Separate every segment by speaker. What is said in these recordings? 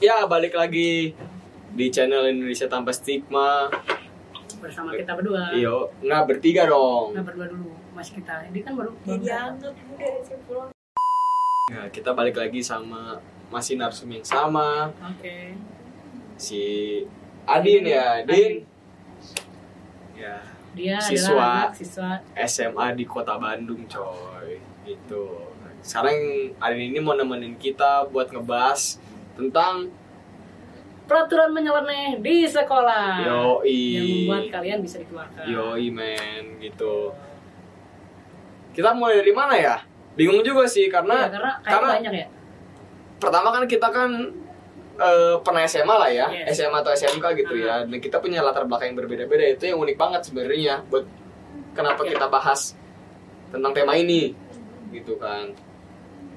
Speaker 1: ya balik lagi di channel Indonesia Tanpa Stigma.
Speaker 2: bersama kita berdua
Speaker 1: Iyo, nggak bertiga dong.
Speaker 2: nah berdua dulu masih kita ini kan baru
Speaker 1: Iya.
Speaker 3: Dia
Speaker 2: baru
Speaker 3: dianggap udah sih pulang.
Speaker 1: Nah, kita balik lagi sama masih narsum yang sama
Speaker 2: datang. oke
Speaker 1: si Adin ya, Adin. Ya,
Speaker 2: dia
Speaker 1: Siswa.
Speaker 2: adalah anak siswa
Speaker 1: SMA di Kota Bandung, coy. Gitu. Sekarang Adin ini mau nemenin kita buat ngebahas tentang
Speaker 2: peraturan menyeleneh di sekolah
Speaker 1: yoi.
Speaker 2: yang membuat kalian bisa dikeluarkan
Speaker 1: Yoi men gitu. Kita mulai dari mana ya? Bingung juga sih
Speaker 2: Iya,
Speaker 1: karena
Speaker 2: karena kayak
Speaker 1: karena
Speaker 2: banyak ya
Speaker 1: pertama kan kita kan eh, pernah SMA lah ya,
Speaker 2: Yes. Uh-huh.
Speaker 1: SMA atau SMK gitu ya. Dan kita punya latar belakang yang berbeda-beda itu yang unik banget sebenarnya buat kenapa
Speaker 2: Iya.
Speaker 1: kita bahas tentang tema ini gitu kan.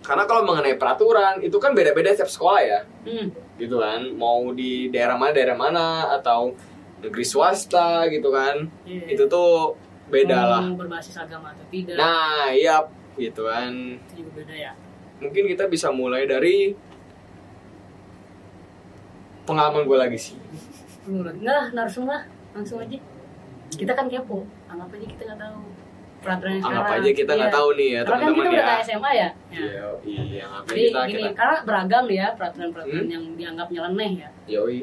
Speaker 1: Karena kalau mengenai peraturan itu kan beda-beda setiap sekolah ya
Speaker 2: hmm.
Speaker 1: gitu kan mau di daerah mana daerah mana atau negeri swasta gitu kan
Speaker 2: iya. Hmm,
Speaker 1: itu tuh beda
Speaker 2: Mau
Speaker 1: lah
Speaker 2: berbasis agama atau tidak
Speaker 1: Nah, iya gitu kan.
Speaker 2: itu juga beda ya
Speaker 1: Mungkin kita bisa mulai dari pengalaman gue lagi sih.
Speaker 2: Tunggu lagi. nah langsung lah langsung aja kita kan kepo anggap aja kita nggak tahu peraturan yang sekarang
Speaker 1: Anggap aja kita nggak
Speaker 2: Iya.
Speaker 1: tahu nih ya
Speaker 2: karena kan
Speaker 1: teman-teman ya.
Speaker 2: kita udah kayak SMA ya, ya.
Speaker 1: Iya, iya, anggap aja
Speaker 2: Jadi
Speaker 1: kita
Speaker 2: gini,
Speaker 1: kita.
Speaker 2: karena beragam nih ya peraturan-peraturan
Speaker 1: Hmm?
Speaker 2: yang dianggap nyeleneh ya.
Speaker 1: Yoi.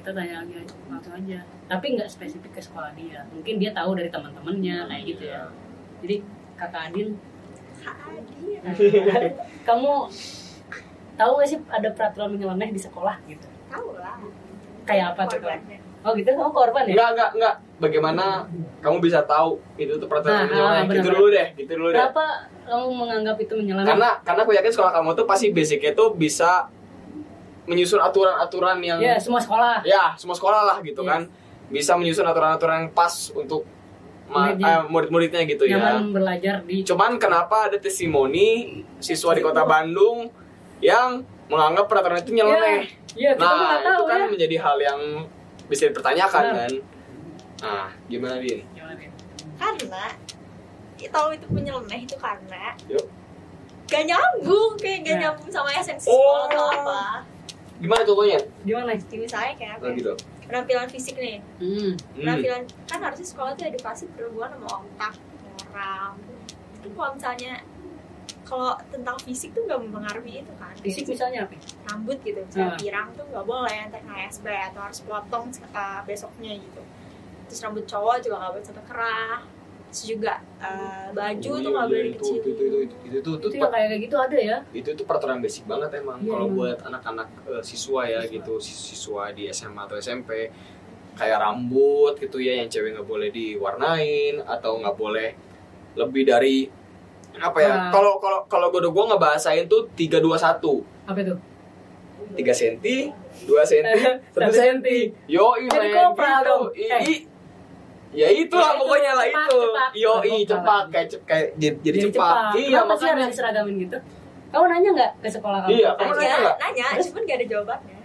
Speaker 2: Kita tanya aja langsung aja. Tapi nggak spesifik ke sekolah dia. Mungkin dia tahu dari teman-temannya
Speaker 1: Hmm,
Speaker 2: kayak gitu
Speaker 1: iya.
Speaker 2: ya. Jadi kakak Adin,
Speaker 3: Kak Adi.
Speaker 2: kamu tahu nggak sih ada peraturan menyeleneh di sekolah gitu?
Speaker 3: Tahu lah.
Speaker 2: Kayak apa tuh kamu?
Speaker 3: Korbannya.
Speaker 2: Oh gitu kamu korban ya?
Speaker 1: Enggak, enggak, enggak. Bagaimana kamu bisa tahu itu tuh peraturan menyeleneh?
Speaker 2: Nah, benar-benar.
Speaker 1: Gitu dulu deh, gitu dulu deh.
Speaker 2: Berapa kamu menganggap itu menyeleneh?
Speaker 1: Karena karena aku yakin sekolah kamu tuh pasti basicnya tuh bisa menyusun aturan-aturan yang
Speaker 2: Ya semua sekolah.
Speaker 1: ya semua sekolah lah gitu
Speaker 2: Yes.
Speaker 1: kan bisa menyusun aturan-aturan yang pas untuk ma-
Speaker 2: Muridnya.
Speaker 1: eh, murid-muridnya gitu ya
Speaker 2: Nyaman belajar di
Speaker 1: cuman kenapa ada testimoni siswa di kota Bandung yang menganggap peraturan itu nyeleneh
Speaker 2: Ya, kita mah
Speaker 1: nah
Speaker 2: nggak tahu
Speaker 1: itu kan
Speaker 2: ya.
Speaker 1: menjadi hal yang bisa dipertanyakan
Speaker 2: Benar.
Speaker 1: kan nah gimana din
Speaker 2: Gimana, ya? Din?
Speaker 3: Karena ya, tahu itu penyeleneh itu karena
Speaker 1: Yuk.
Speaker 3: gak nyambung kayak gak
Speaker 2: Nah.
Speaker 3: nyambung sama esensi
Speaker 1: Oh.
Speaker 3: sekolah atau apa.
Speaker 1: gimana contohnya
Speaker 2: Gimana?
Speaker 3: Jadi misalnya kayak apa?
Speaker 1: nah,
Speaker 3: ya?
Speaker 1: gitu
Speaker 3: Penampilan fisik nih.
Speaker 2: Hmm.
Speaker 1: Hmm.
Speaker 3: Penampilan kan harusnya sekolah tuh edukasi berhubungan sama otak, moral. Tapi kalau misalnya kalau tentang fisik tuh gak mempengaruhi itu kan.
Speaker 2: Fisik misalnya apa? ya?
Speaker 3: rambut gitu misalnya
Speaker 2: Ah.
Speaker 3: pirang tuh nggak boleh ntar kena SB atau harus potong uh, besoknya gitu terus rambut cowok juga nggak boleh sampai kerah terus juga uh, baju
Speaker 1: Iya,
Speaker 3: tuh nggak
Speaker 1: iya,
Speaker 3: boleh
Speaker 1: itu, itu, itu,
Speaker 3: dikecilin
Speaker 1: itu, itu, itu, itu,
Speaker 2: Itu yang kayak gitu ada ya?
Speaker 1: itu tuh peraturan basic banget emang
Speaker 2: Iya,
Speaker 1: kalau
Speaker 2: emang.
Speaker 1: buat anak-anak eh, siswa ya
Speaker 2: Siswa.
Speaker 1: gitu sis- siswa di SMA atau SMP kayak rambut gitu ya yang cewek nggak boleh diwarnain atau nggak boleh lebih dari apa ya
Speaker 2: Nah.
Speaker 1: kalau kalau kalau gue gue ngebahasain tuh tiga dua satu
Speaker 2: Apa itu?
Speaker 1: tiga senti dua senti satu
Speaker 2: Eh, Satu
Speaker 1: senti yo
Speaker 2: Jadi kopral dong. Eh.
Speaker 1: ya itulah
Speaker 2: Ya, itu,
Speaker 1: pokoknya lah
Speaker 2: cepak,
Speaker 1: itu
Speaker 2: cepak.
Speaker 1: yo
Speaker 2: Kopral
Speaker 1: cepak
Speaker 2: lagi.
Speaker 1: kayak cep- kayak jadi, jadi
Speaker 2: Jadi
Speaker 1: cepak iya
Speaker 2: Kenapa sih harus
Speaker 1: makanya
Speaker 2: diseragamin gitu? Kamu nanya nggak ke sekolah kamu?
Speaker 1: Iya, kamu
Speaker 3: Nanya,
Speaker 1: nanya nggak?
Speaker 3: nanya,
Speaker 2: Terus?
Speaker 3: cuman gak ada jawabannya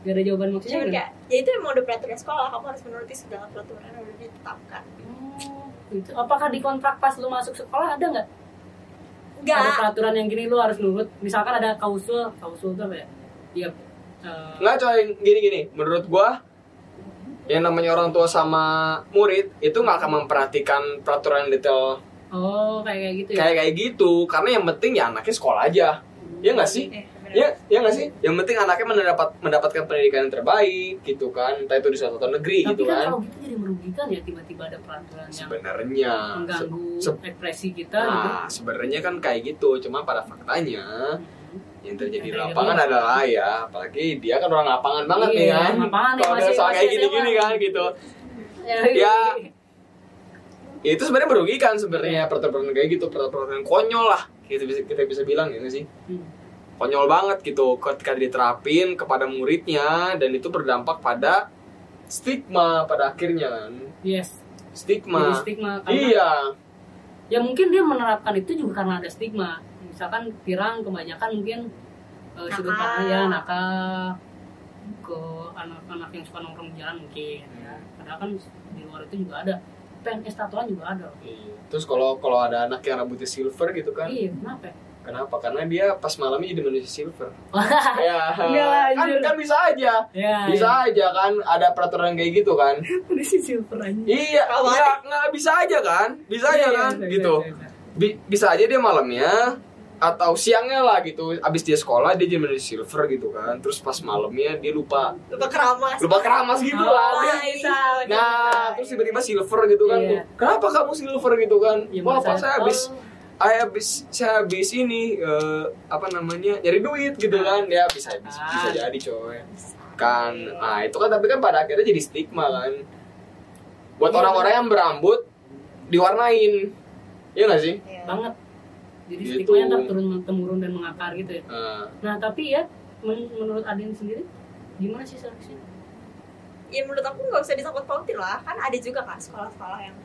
Speaker 2: Gak ada jawaban maksudnya
Speaker 3: Cuman
Speaker 2: gitu?
Speaker 3: kayak, ya itu emang udah peraturan sekolah Kamu harus menuruti segala peraturan yang udah ditetapkan
Speaker 2: Oh, gitu. Apakah di kontrak pas lu masuk sekolah ada nggak? Ada
Speaker 3: Enggak,
Speaker 2: peraturan yang gini lu harus nurut. Misalkan ada kausul, kausul tuh apa ya? Iya. eh,
Speaker 1: Nggak coy, gini-gini. Menurut gua yang namanya orang tua sama murid itu nggak akan memperhatikan peraturan detail
Speaker 2: oh kayak kayak gitu ya?
Speaker 1: kayak kayak gitu karena yang penting ya anaknya sekolah aja ya nggak sih
Speaker 3: Eh, bener.
Speaker 1: ya ya nggak sih yang penting anaknya mendapat mendapatkan pendidikan yang terbaik gitu kan entah itu di suatu atau negeri
Speaker 2: Tapi
Speaker 1: gitu
Speaker 2: kan
Speaker 1: kan
Speaker 2: kalau gitu jadi merugikan ya tiba-tiba ada peraturan yang
Speaker 1: sebenarnya se-
Speaker 2: mengganggu
Speaker 1: se-
Speaker 2: ekspresi kita gitu.
Speaker 1: nah sebenarnya kan kayak gitu cuma pada faktanya yang terjadi di
Speaker 2: Yang
Speaker 1: lapangan
Speaker 2: terjadi di lapangan.
Speaker 1: adalah ya apalagi dia kan orang lapangan banget
Speaker 2: Iya,
Speaker 1: nih kan
Speaker 2: orang lapangan nih,
Speaker 1: kalau ada
Speaker 2: masih-
Speaker 1: soal kayak
Speaker 2: masih
Speaker 1: gini-gini
Speaker 2: SMA.
Speaker 1: kan gitu
Speaker 2: ya.
Speaker 1: Ya. ya itu sebenarnya merugikan sebenarnya peraturan kayak gitu peraturan konyol lah kita bisa kita bisa bilang ya nggak sih
Speaker 2: Hmm.
Speaker 1: konyol banget gitu ketika diterapin kepada muridnya dan itu berdampak pada stigma pada akhirnya kan
Speaker 2: Yes. Jadi
Speaker 1: stigma,
Speaker 2: stigma. Karena
Speaker 1: iya
Speaker 2: ya mungkin dia menerapkan itu juga karena ada stigma misalkan pirang kebanyakan mungkin eh, sudut
Speaker 3: Nakal.
Speaker 2: pandang ya nakal ke anak-anak yang suka nongkrong di jalan mungkin
Speaker 1: Iya.
Speaker 2: ya padahal kan di luar itu juga ada PNS tatoan juga ada
Speaker 1: Iya. terus kalau kalau ada anak yang rambutnya silver gitu kan
Speaker 2: iya kenapa ya?
Speaker 1: Kenapa? Karena dia pas malamnya jadi manusia silver.
Speaker 2: Wah,
Speaker 1: ya,
Speaker 2: Enggak Ah, iya lah,
Speaker 1: kan,
Speaker 2: anjir.
Speaker 1: kan bisa aja.
Speaker 2: ya,
Speaker 1: Bisa aja kan, ada peraturan kayak gitu kan.
Speaker 2: Udah sih silver aja.
Speaker 1: Iya,
Speaker 2: Iya,
Speaker 3: Kalau-
Speaker 1: nggak nggak bisa aja kan, bisa aja kan, gitu. Bi- bisa aja dia malamnya atau siangnya lah gitu, abis dia sekolah dia jadi manusia silver gitu kan, terus pas malamnya dia lupa
Speaker 3: lupa keramas
Speaker 1: lupa keramas gitu
Speaker 2: Oh,
Speaker 1: lah. Dia-
Speaker 3: bisa
Speaker 1: Nah, terus tiba-tiba silver gitu kan.
Speaker 2: Iya.
Speaker 1: Kenapa kamu silver gitu kan?
Speaker 2: Ya,
Speaker 1: Wah,
Speaker 2: masa-
Speaker 1: pas saya habis
Speaker 2: oh.
Speaker 1: saya habis saya habis ini eh, apa namanya? nyari duit gitu kan. Ya bisa bisa, bisa
Speaker 2: Ah.
Speaker 1: jadi coy. Kan. Nah, itu kan tapi kan pada akhirnya jadi stigma kan. Buat
Speaker 2: Iya.
Speaker 1: orang-orang yang berambut diwarnain. Iya gak sih?
Speaker 2: Banget. Jadi
Speaker 1: Gitu.
Speaker 2: stigma yang turun temurun dan mengakar gitu ya.
Speaker 1: Eh,
Speaker 2: Nah tapi ya men- menurut Adin sendiri gimana sih seleksi?
Speaker 3: ya menurut aku nggak usah disangkut pautin lah kan ada juga kan sekolah-sekolah yang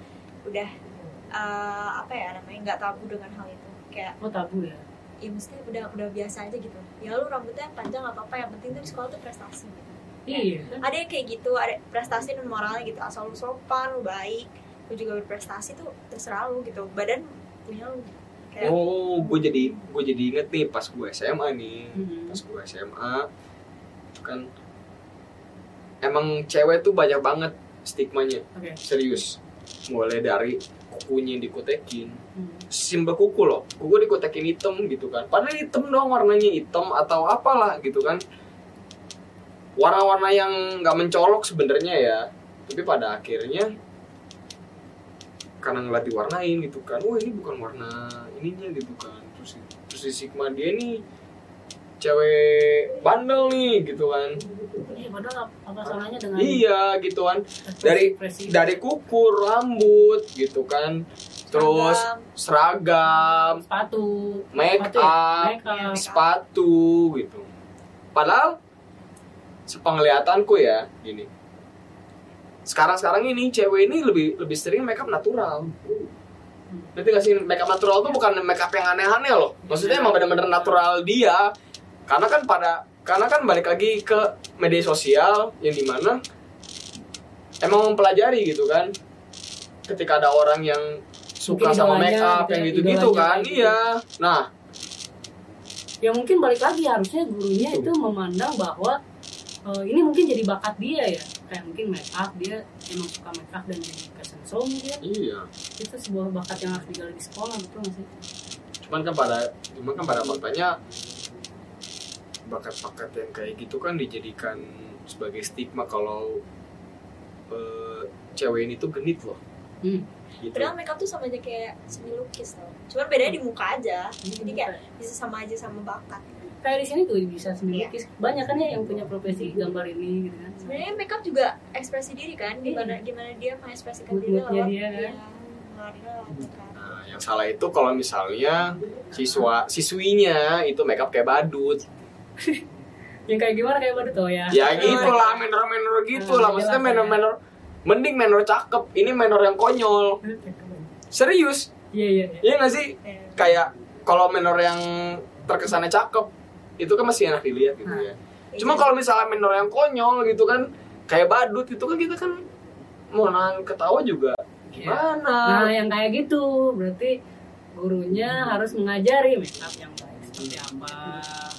Speaker 3: udah eh, apa ya namanya nggak tabu dengan hal itu kayak
Speaker 2: Oh tabu ya.
Speaker 3: ya maksudnya udah udah biasa aja gitu ya lu rambutnya panjang nggak apa-apa yang penting tuh di sekolah tuh prestasi gitu.
Speaker 2: Iya. kan?
Speaker 3: ada yang kayak gitu ada prestasi dan moralnya gitu asal lu sopan lu baik lu juga berprestasi tuh terserah lu gitu badan punya lu kayak
Speaker 1: Oh, gue jadi gue jadi inget nih pas gue SMA nih.
Speaker 2: Mhm.
Speaker 1: Pas gue SMA itu kan emang cewek tuh banyak banget stigmanya.
Speaker 2: Oke.
Speaker 1: Serius. Mulai dari kukunya dikutekin.
Speaker 2: Hmm.
Speaker 1: Simbol kuku loh. Kuku dikutekin hitam gitu kan. Padahal hitam dong warnanya hitam atau apalah gitu kan. Warna-warna yang nggak mencolok sebenarnya ya. Tapi pada akhirnya karena ngeliat diwarnain gitu kan wah ini bukan warna ininya gitu kan terus terus si Sigma dia nih cewek bandel nih gitu kan
Speaker 2: Iya padahal ap- apa salahnya dengan
Speaker 1: iya gitu kan dari
Speaker 2: ekspresi?
Speaker 1: dari kukur rambut gitu kan terus
Speaker 3: seragam.
Speaker 1: seragam
Speaker 2: sepatu
Speaker 1: make
Speaker 2: sepatu ya?
Speaker 1: up
Speaker 2: Make up.
Speaker 1: Iya. sepatu gitu padahal sepenglihatanku ya gini sekarang sekarang ini cewek ini lebih lebih sering make up natural Berarti gak sih make up natural tuh bukan make up yang aneh-aneh loh. Maksudnya emang bener-bener natural dia. Karena kan pada karena kan balik lagi ke media sosial yang dimana emang mempelajari gitu kan. Ketika ada orang yang suka
Speaker 2: Mungkin
Speaker 1: sama
Speaker 2: idolanya
Speaker 1: make up
Speaker 2: gitu
Speaker 1: yang
Speaker 2: ya,
Speaker 1: gitu-gitu
Speaker 2: idolanya
Speaker 1: kan.
Speaker 2: gitu.
Speaker 1: Iya. Nah,
Speaker 2: ya mungkin balik lagi harusnya gurunya
Speaker 1: Betul.
Speaker 2: itu memandang bahwa eh, ini mungkin jadi bakat dia ya kayak mungkin make up dia emang suka make up dan jadi fashion show mungkin
Speaker 1: iya.
Speaker 2: itu sebuah bakat yang harus digali di sekolah betul nggak sih
Speaker 1: cuman kan pada cuman kan pada faktanya bakat-bakat yang kayak gitu kan dijadikan sebagai stigma kalau eh, cewek ini tuh genit loh
Speaker 2: Hmm.
Speaker 1: gitu
Speaker 3: Padahal makeup tuh sama aja kayak seni lukis tau. Cuman bedanya di muka aja. Jadi kayak
Speaker 2: kayak
Speaker 3: bisa sama aja sama bakat.
Speaker 2: kayak di sini tuh bisa seni lukis banyak kan ya yang punya profesi gambar ini gitu kan
Speaker 3: Sebenarnya makeup juga ekspresi diri kan. Gimana gimana dia mengekspresikan diri
Speaker 2: Mood-moodnya
Speaker 3: lewat
Speaker 2: Iya. dia, kan?
Speaker 3: iya, ngeluarin lewat muka.
Speaker 1: nah yang salah itu kalau misalnya siswa siswinya itu makeup kayak badut
Speaker 2: yang kayak gimana kayak pada tuh ya
Speaker 1: ya gitu lah menor-menor gitu lah maksudnya menor-menor mending menor cakep ini menor yang konyol serius
Speaker 2: iya iya iya.
Speaker 1: iya nggak sih
Speaker 3: Iya.
Speaker 1: kayak kalau menor yang terkesannya cakep itu kan masih enak dilihat gitu ya Cuma kalau misalnya minor yang konyol gitu kan kayak badut gitu kan kita kan mau nahan ketawa juga
Speaker 2: Nah,
Speaker 1: gimana?
Speaker 3: Ya,
Speaker 2: yang kayak gitu berarti gurunya harus mengajari makeup yang baik seperti apa.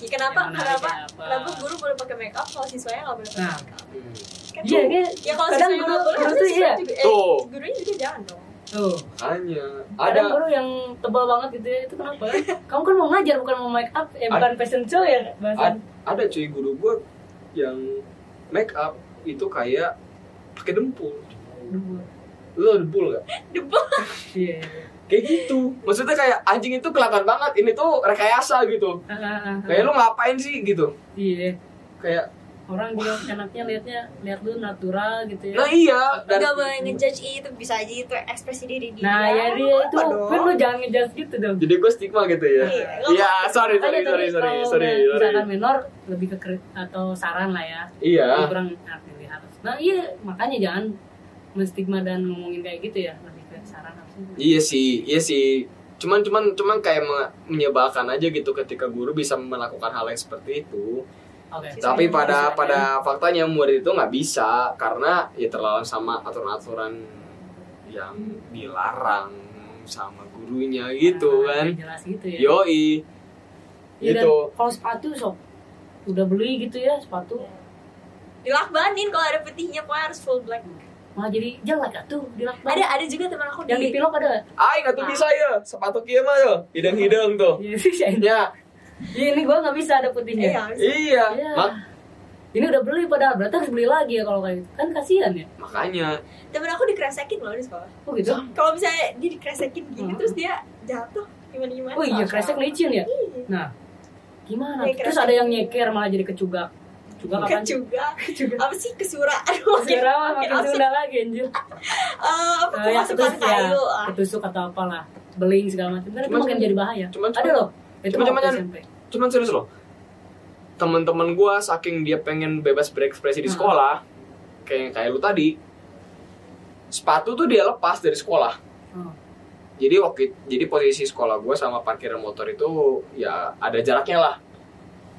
Speaker 3: Ya, kenapa
Speaker 2: yang
Speaker 3: kenapa
Speaker 2: menarik apa.
Speaker 3: kenapa guru boleh pakai makeup kalau siswanya nggak boleh pakai
Speaker 2: Nah.
Speaker 3: makeup?
Speaker 1: Hmm.
Speaker 3: Kan
Speaker 2: Iya,
Speaker 3: tuh-
Speaker 2: kayak
Speaker 3: Ya kalau
Speaker 2: kadang
Speaker 3: siswanya
Speaker 2: guru
Speaker 3: nggak boleh,
Speaker 2: guru
Speaker 3: harusnya
Speaker 2: tuh iya.
Speaker 3: siswa juga, eh,
Speaker 1: Tuh.
Speaker 3: gurunya juga jangan dong.
Speaker 2: Tuh.
Speaker 1: Makanya ada
Speaker 2: Kadang guru yang tebal banget gitu ya, itu kenapa? Kamu kan mau ngajar bukan mau make up, eh, bukan fashion show ya bahasa.
Speaker 1: ad- ada cuy guru gua yang make up itu kayak pakai dempul.
Speaker 2: Aduh.
Speaker 1: Lu tau dempul gak?
Speaker 3: Debel.
Speaker 2: Iya. iya.
Speaker 1: Kayak gitu. Maksudnya kayak anjing itu kelihatan banget ini tuh rekayasa gitu.
Speaker 2: Ah, ah, ah, ah.
Speaker 1: Kayak lu ngapain sih gitu.
Speaker 2: Iya.
Speaker 1: Kayak
Speaker 2: Orang juga enaknya liatnya lihat dulu natural gitu ya.
Speaker 1: nah iya dan
Speaker 3: Nggak boleh ngejudge itu bisa aja itu ekspresi diri dia.
Speaker 2: Nah,
Speaker 1: iya.
Speaker 2: ya dia itu
Speaker 3: Iya, Apa dong?
Speaker 2: kan lu jangan ngejudge gitu dong.
Speaker 1: jadi gue stigma gitu ya.
Speaker 3: Iya.
Speaker 1: Iya, sorry sorry
Speaker 2: Tadi
Speaker 1: sorry
Speaker 2: tadi
Speaker 1: sorry
Speaker 2: kalau
Speaker 1: sorry. sorry.
Speaker 2: misalkan minor lebih ke kri- atau saran lah ya.
Speaker 1: Iya.
Speaker 2: Lebih kurang enak dilihat. Nah iya makanya jangan menstigma dan ngomongin kayak gitu ya lebih ke saran harusnya.
Speaker 1: Iya sih, iya sih. Cuman cuman cuman kayak me- menyebalkan aja gitu ketika guru bisa melakukan hal yang seperti itu.
Speaker 2: Oke.
Speaker 3: Siswanya
Speaker 1: Tapi pada
Speaker 2: Siswanya.
Speaker 1: pada faktanya murid itu nggak bisa karena ya terlalu sama aturan-aturan yang dilarang sama gurunya gitu
Speaker 2: Nah,
Speaker 1: kan.
Speaker 2: Jelas gitu ya.
Speaker 1: Yoi.
Speaker 2: Iya, dan
Speaker 1: Gitu.
Speaker 2: kalau sepatu sob udah beli gitu ya sepatu
Speaker 3: dilakbanin kalau ada putihnya kok harus full black
Speaker 2: malah jadi jelek gak tuh dilakban
Speaker 3: Iya. ada ada juga teman aku
Speaker 2: yang
Speaker 3: di
Speaker 2: dipilok ada
Speaker 1: Aing nggak tuh bisa ya, sepatu kia mah ya, hidang-hidang tuh.
Speaker 2: Iya,
Speaker 1: Ya,
Speaker 2: ini gua nggak bisa ada putihnya
Speaker 3: Iya,
Speaker 1: iya.
Speaker 2: Iya.
Speaker 1: Mak
Speaker 2: ini udah beli padahal berarti harus beli lagi ya kalau kayak gitu kan kasihan ya
Speaker 1: makanya
Speaker 3: temen aku dikresekin loh di sekolah
Speaker 2: oh gitu
Speaker 3: kalau misalnya dia dikresekin gini
Speaker 2: Hmm.
Speaker 3: terus dia jatuh gimana gimana
Speaker 2: oh iya kresek licin ya nah gimana
Speaker 3: Iya,
Speaker 2: terus
Speaker 3: kresek.
Speaker 2: ada yang nyeker malah jadi kecugak kecugak apa
Speaker 3: juga
Speaker 2: kecugak
Speaker 3: apa sih kesura aduh makin-
Speaker 2: Kira
Speaker 3: makin
Speaker 2: makin
Speaker 3: asik.
Speaker 2: Sunda lagi anjir
Speaker 3: Eh, apa
Speaker 2: Eh, yang
Speaker 3: kemasukan
Speaker 2: ketus ya,
Speaker 3: kayu ah.
Speaker 2: ketusuk atau apalah beling segala macam kan itu
Speaker 1: Cuman-
Speaker 2: makin jadi bahaya
Speaker 1: cuman-
Speaker 2: ada loh itu
Speaker 1: cuman-
Speaker 2: waktu
Speaker 1: cuman-
Speaker 2: SMP
Speaker 1: cuman serius loh teman-teman gue saking dia pengen bebas berekspresi di
Speaker 2: Hmm.
Speaker 1: sekolah kayak kayak lu tadi sepatu tuh dia lepas dari sekolah
Speaker 2: Oh.
Speaker 1: jadi waktu it- jadi posisi sekolah gue sama parkiran motor itu ya ada jaraknya lah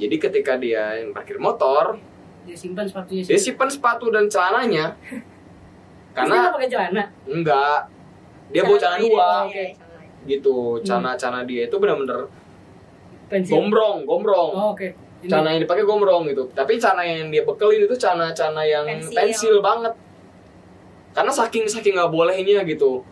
Speaker 1: jadi ketika dia yang parkir motor
Speaker 2: dia simpan sepatunya
Speaker 1: dia
Speaker 2: sih
Speaker 1: simpan sepatu dan celananya
Speaker 2: karena
Speaker 1: karena
Speaker 2: pakai celana
Speaker 1: enggak dia
Speaker 2: Celana
Speaker 1: bawa celana
Speaker 2: ini,
Speaker 1: dua
Speaker 2: oke.
Speaker 1: gitu celana-celana dia itu benar-benar
Speaker 2: pensil
Speaker 1: gombrong gombrong
Speaker 2: oh, oke Ini.
Speaker 1: cana yang dipakai gombrong gitu tapi cana yang dia bekelin itu cana cana yang pensil,
Speaker 3: Pensil.
Speaker 1: banget karena saking saking nggak bolehnya gitu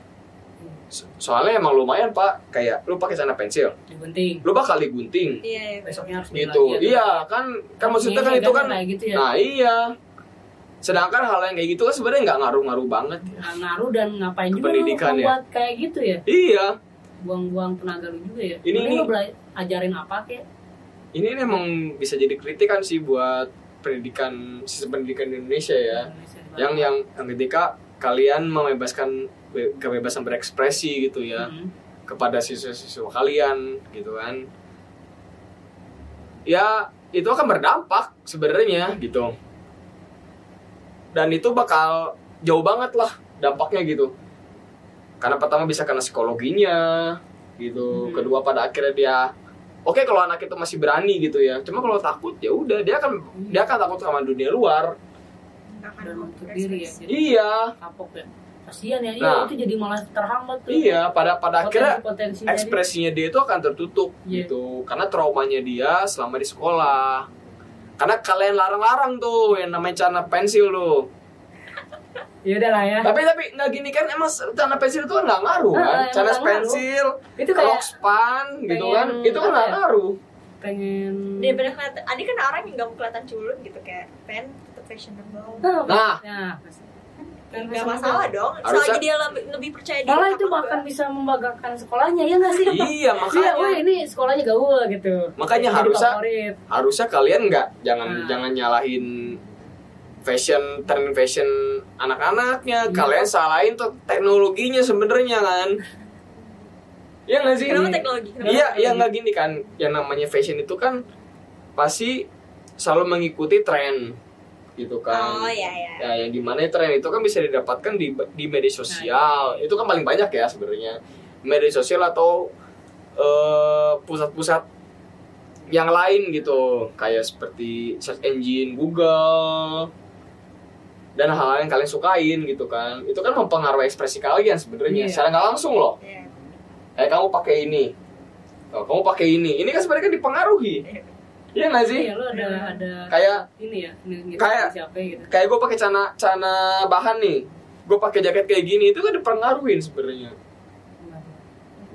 Speaker 1: So- soalnya emang lumayan pak kayak lu pakai cana pensil
Speaker 2: yang penting
Speaker 1: lu bakal digunting
Speaker 3: iya iya
Speaker 2: besoknya harus beli
Speaker 1: gitu
Speaker 2: lagi ya.
Speaker 1: iya kan kan maksudnya kan
Speaker 2: Iya,
Speaker 1: itu kan
Speaker 2: kayak gitu ya
Speaker 1: nah iya sedangkan hal yang kayak gitu kan sebenarnya nggak ngaruh-ngaruh banget ya.
Speaker 2: Nah, ngaruh dan ngapain juga lu
Speaker 1: Kependidikan ya.
Speaker 2: membuat kayak gitu ya
Speaker 1: iya
Speaker 2: buang-buang tenaga lu juga ya
Speaker 1: Ini-
Speaker 2: Mending
Speaker 1: ini-
Speaker 2: lu bela- ajarin apa kek
Speaker 1: ini emang bisa jadi kritikan sih buat pendidikan sistem pendidikan di Indonesia ya yang yang yang ketika kalian membebaskan be- kebebasan berekspresi gitu ya
Speaker 2: Hmm.
Speaker 1: kepada siswa-siswa kalian gitu kan ya itu akan berdampak sebenarnya gitu dan itu bakal jauh banget lah dampaknya gitu karena pertama bisa karena psikologinya gitu
Speaker 2: Hmm.
Speaker 1: kedua pada akhirnya dia oke kalau anak itu masih berani gitu ya cuma kalau takut ya udah dia akan dia akan takut sama dunia luar
Speaker 3: Nggak akan
Speaker 2: dan
Speaker 3: mau
Speaker 2: untuk diri ya
Speaker 3: berekspresi.
Speaker 2: jadi
Speaker 1: iya
Speaker 2: kapok ya kasihan ya iya
Speaker 1: Nah.
Speaker 2: itu jadi malah terhambat tuh
Speaker 1: Iya, pada pada akhirnya
Speaker 2: potensi
Speaker 1: ekspresinya dia itu akan tertutup
Speaker 2: Iya.
Speaker 1: gitu. Karena traumanya dia selama di sekolah. Karena kalian larang-larang tuh yang namanya cana pensil lo.
Speaker 2: ya udah lah ya
Speaker 1: Tapi tapi nggak gini kan emang cana pensil itu kan nggak ngaruh
Speaker 2: Ah,
Speaker 1: kan?
Speaker 2: emang
Speaker 1: Cana
Speaker 2: nggak
Speaker 1: pensil,
Speaker 2: itu
Speaker 1: iya.
Speaker 2: kayak
Speaker 1: lokspan gitu kan,
Speaker 2: pengen
Speaker 1: itu kan
Speaker 2: apa
Speaker 1: nggak
Speaker 2: ya?
Speaker 1: ngaruh.
Speaker 2: pengen
Speaker 3: daripada kelihatan ada kan orang yang nggak mau kelihatan culun gitu kayak pengen tetap fashionable
Speaker 1: Nah,
Speaker 2: nah
Speaker 3: nggak masalah dong
Speaker 1: Harusnya-
Speaker 3: soalnya dia lebih, lebih percaya diri
Speaker 2: malah itu
Speaker 3: apa enggak.
Speaker 2: bahkan bisa membanggakan sekolahnya ya nggak sih
Speaker 1: iya
Speaker 2: Iya, weh
Speaker 1: makanya
Speaker 2: ini sekolahnya gaul gitu.
Speaker 1: Makanya
Speaker 2: Jadi
Speaker 1: harusnya-
Speaker 2: favorit.
Speaker 1: harusnya kalian nggak jangan
Speaker 2: Nah.
Speaker 1: jangan nyalahin fashion tren fashion anak-anaknya.
Speaker 3: Iya.
Speaker 1: Kalian salahin tuh teknologinya sebenarnya kan. Iya nggak sih?
Speaker 3: kenapa teknologi kenapa
Speaker 1: Iya, iya nggak gini kan. Yang namanya fashion itu kan pasti selalu mengikuti tren, gitu kan.
Speaker 3: oh iya Nah, iya
Speaker 1: Ya, yang dimana tren itu kan bisa didapatkan di di media sosial. Itu kan paling banyak ya sebenarnya. Media sosial atau eh, pusat-pusat yang lain gitu, kayak seperti search engine Google dan hal-hal yang kalian sukain gitu kan. Itu kan mempengaruhi ekspresi kalian sebenarnya.
Speaker 2: Iya.
Speaker 1: Secara nggak langsung loh
Speaker 3: Iya.
Speaker 1: eh kamu pakai ini oh, kamu pakai ini ini kan sebenarnya kan dipengaruhi iya nggak sih
Speaker 2: Iya, lu ada ada
Speaker 1: kayak
Speaker 2: ini ya, ini
Speaker 1: Kayak-
Speaker 2: siapa gitu.
Speaker 1: kayak gue pakai cana cana bahan nih gue pakai jaket kayak gini itu kan dipengaruhin sebenarnya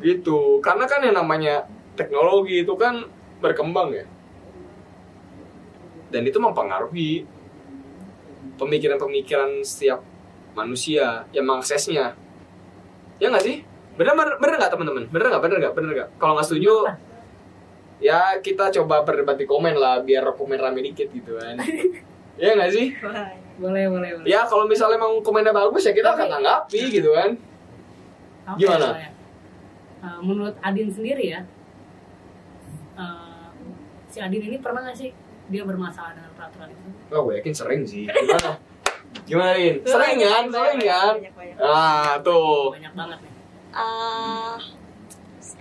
Speaker 1: gitu karena kan yang namanya teknologi itu kan berkembang ya dan itu mempengaruhi pemikiran-pemikiran setiap manusia yang mengaksesnya ya nggak sih bener bener bener nggak teman-teman bener nggak bener nggak bener nggak kalau nggak setuju
Speaker 2: Apa?
Speaker 1: ya kita coba berdebat di komen lah biar komen rame dikit gitu kan ya nggak sih
Speaker 3: Wah,
Speaker 2: Boleh, boleh, boleh.
Speaker 1: ya kalau misalnya emang komennya bagus ya kita akan tanggapi gitu kan
Speaker 2: Apa
Speaker 1: Gimana?
Speaker 2: ya, Pak, ya? Eh, menurut Adin sendiri ya, eh, si Adin ini pernah nggak sih dia bermasalah dengan peraturan itu?
Speaker 1: Wah, gue yakin sering sih. Gimana? Gimana, Rin? Sering
Speaker 3: banyak,
Speaker 1: kan?
Speaker 3: banyak,
Speaker 1: Sering kan?
Speaker 3: banyak, banyak.
Speaker 1: Ah, tuh.
Speaker 2: Banyak banget nih.
Speaker 3: Eh,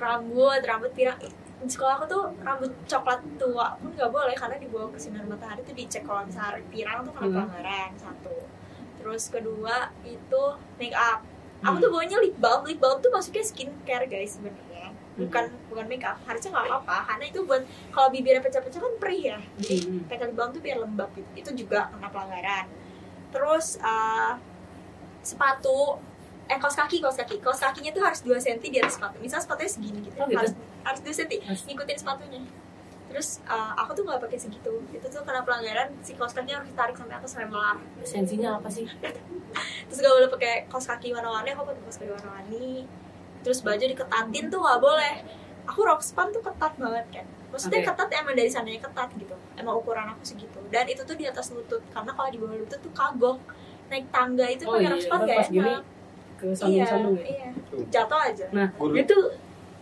Speaker 3: rambut rambut pirang di sekolah aku tuh rambut coklat tua pun nggak boleh karena dibawa ke sinar matahari tuh dicek kalau misalnya pirang tuh kena
Speaker 2: Hmm.
Speaker 3: pelanggaran satu terus kedua itu make up aku
Speaker 2: Hmm.
Speaker 3: tuh bawanya lip balm lip balm tuh masuknya skincare guys sebenarnya bukan
Speaker 2: Hmm.
Speaker 3: bukan make up harusnya nggak apa-apa karena itu buat kalau bibirnya pecah-pecah kan perih ya jadi
Speaker 2: Hmm.
Speaker 3: pakai lip balm tuh biar lembab gitu itu juga kena pelanggaran terus eh, sepatu eh kaos kaki kaos kaki kaos kakinya tuh harus 2 cm di atas sepatu misal sepatunya segini gitu,
Speaker 2: Oh, gitu?
Speaker 3: harus harus 2 cm
Speaker 2: Harus.
Speaker 3: ngikutin sepatunya terus eh, aku tuh nggak pakai segitu itu tuh kena pelanggaran si kaos kakinya harus ditarik sampai atas sampai melar
Speaker 2: Sensinya apa sih?
Speaker 3: terus gak boleh pakai kaos kaki warna-warni aku pakai kaos kaki warna-warni terus baju diketatin tuh gak boleh aku rockspan tuh ketat banget kan maksudnya
Speaker 2: Oke.
Speaker 3: ketat emang dari sananya ketat gitu emang ukuran aku segitu dan itu tuh di atas lutut karena kalau di bawah lutut tuh kagok naik tangga itu pakai rockspan
Speaker 2: kan
Speaker 3: gak
Speaker 2: pas gini
Speaker 3: enak
Speaker 2: ke
Speaker 3: iya
Speaker 2: sambung-sambung ya.
Speaker 3: iya jatuh aja
Speaker 2: Nah,
Speaker 1: Guru.
Speaker 2: itu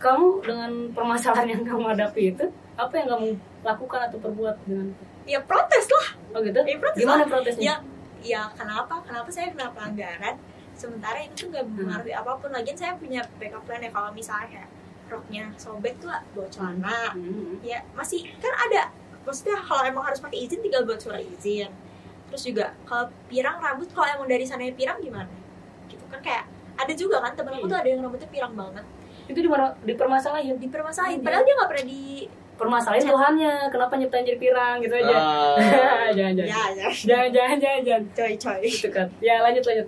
Speaker 2: kamu dengan permasalahan yang kamu hadapi itu apa yang kamu lakukan atau perbuat dengan
Speaker 3: ya protes lah
Speaker 2: Oh gitu?
Speaker 3: ya protes
Speaker 2: Gimana
Speaker 3: lah
Speaker 2: protesnya?
Speaker 3: ya ya kenapa kenapa saya kena pelanggaran sementara itu tuh gak
Speaker 2: Hmm.
Speaker 3: mempengaruhi apapun lagian saya punya backup plan ya kalau misalnya roknya sobek tuh bawa celana
Speaker 2: Hmm.
Speaker 3: ya masih kan ada maksudnya kalau emang harus pakai izin tinggal buat surat izin terus juga kalau pirang rambut kalau emang dari sananya pirang gimana gitu kan kayak ada juga kan temen aku
Speaker 2: Iya.
Speaker 3: tuh ada yang rambutnya pirang banget
Speaker 2: Itu di mana dipermasalahin?
Speaker 3: dipermasalahin
Speaker 2: Iya.
Speaker 3: padahal dia nggak pernah di
Speaker 2: Permasalahin
Speaker 3: Cak.
Speaker 2: Tuhannya, kenapa nyiptain jadi pirang gitu aja.
Speaker 1: Ah.
Speaker 2: jangan jangan.
Speaker 3: ya ya
Speaker 2: Jangan jangan jangan jangan.
Speaker 3: coy coy
Speaker 2: Itu kan. Ya lanjut lanjut.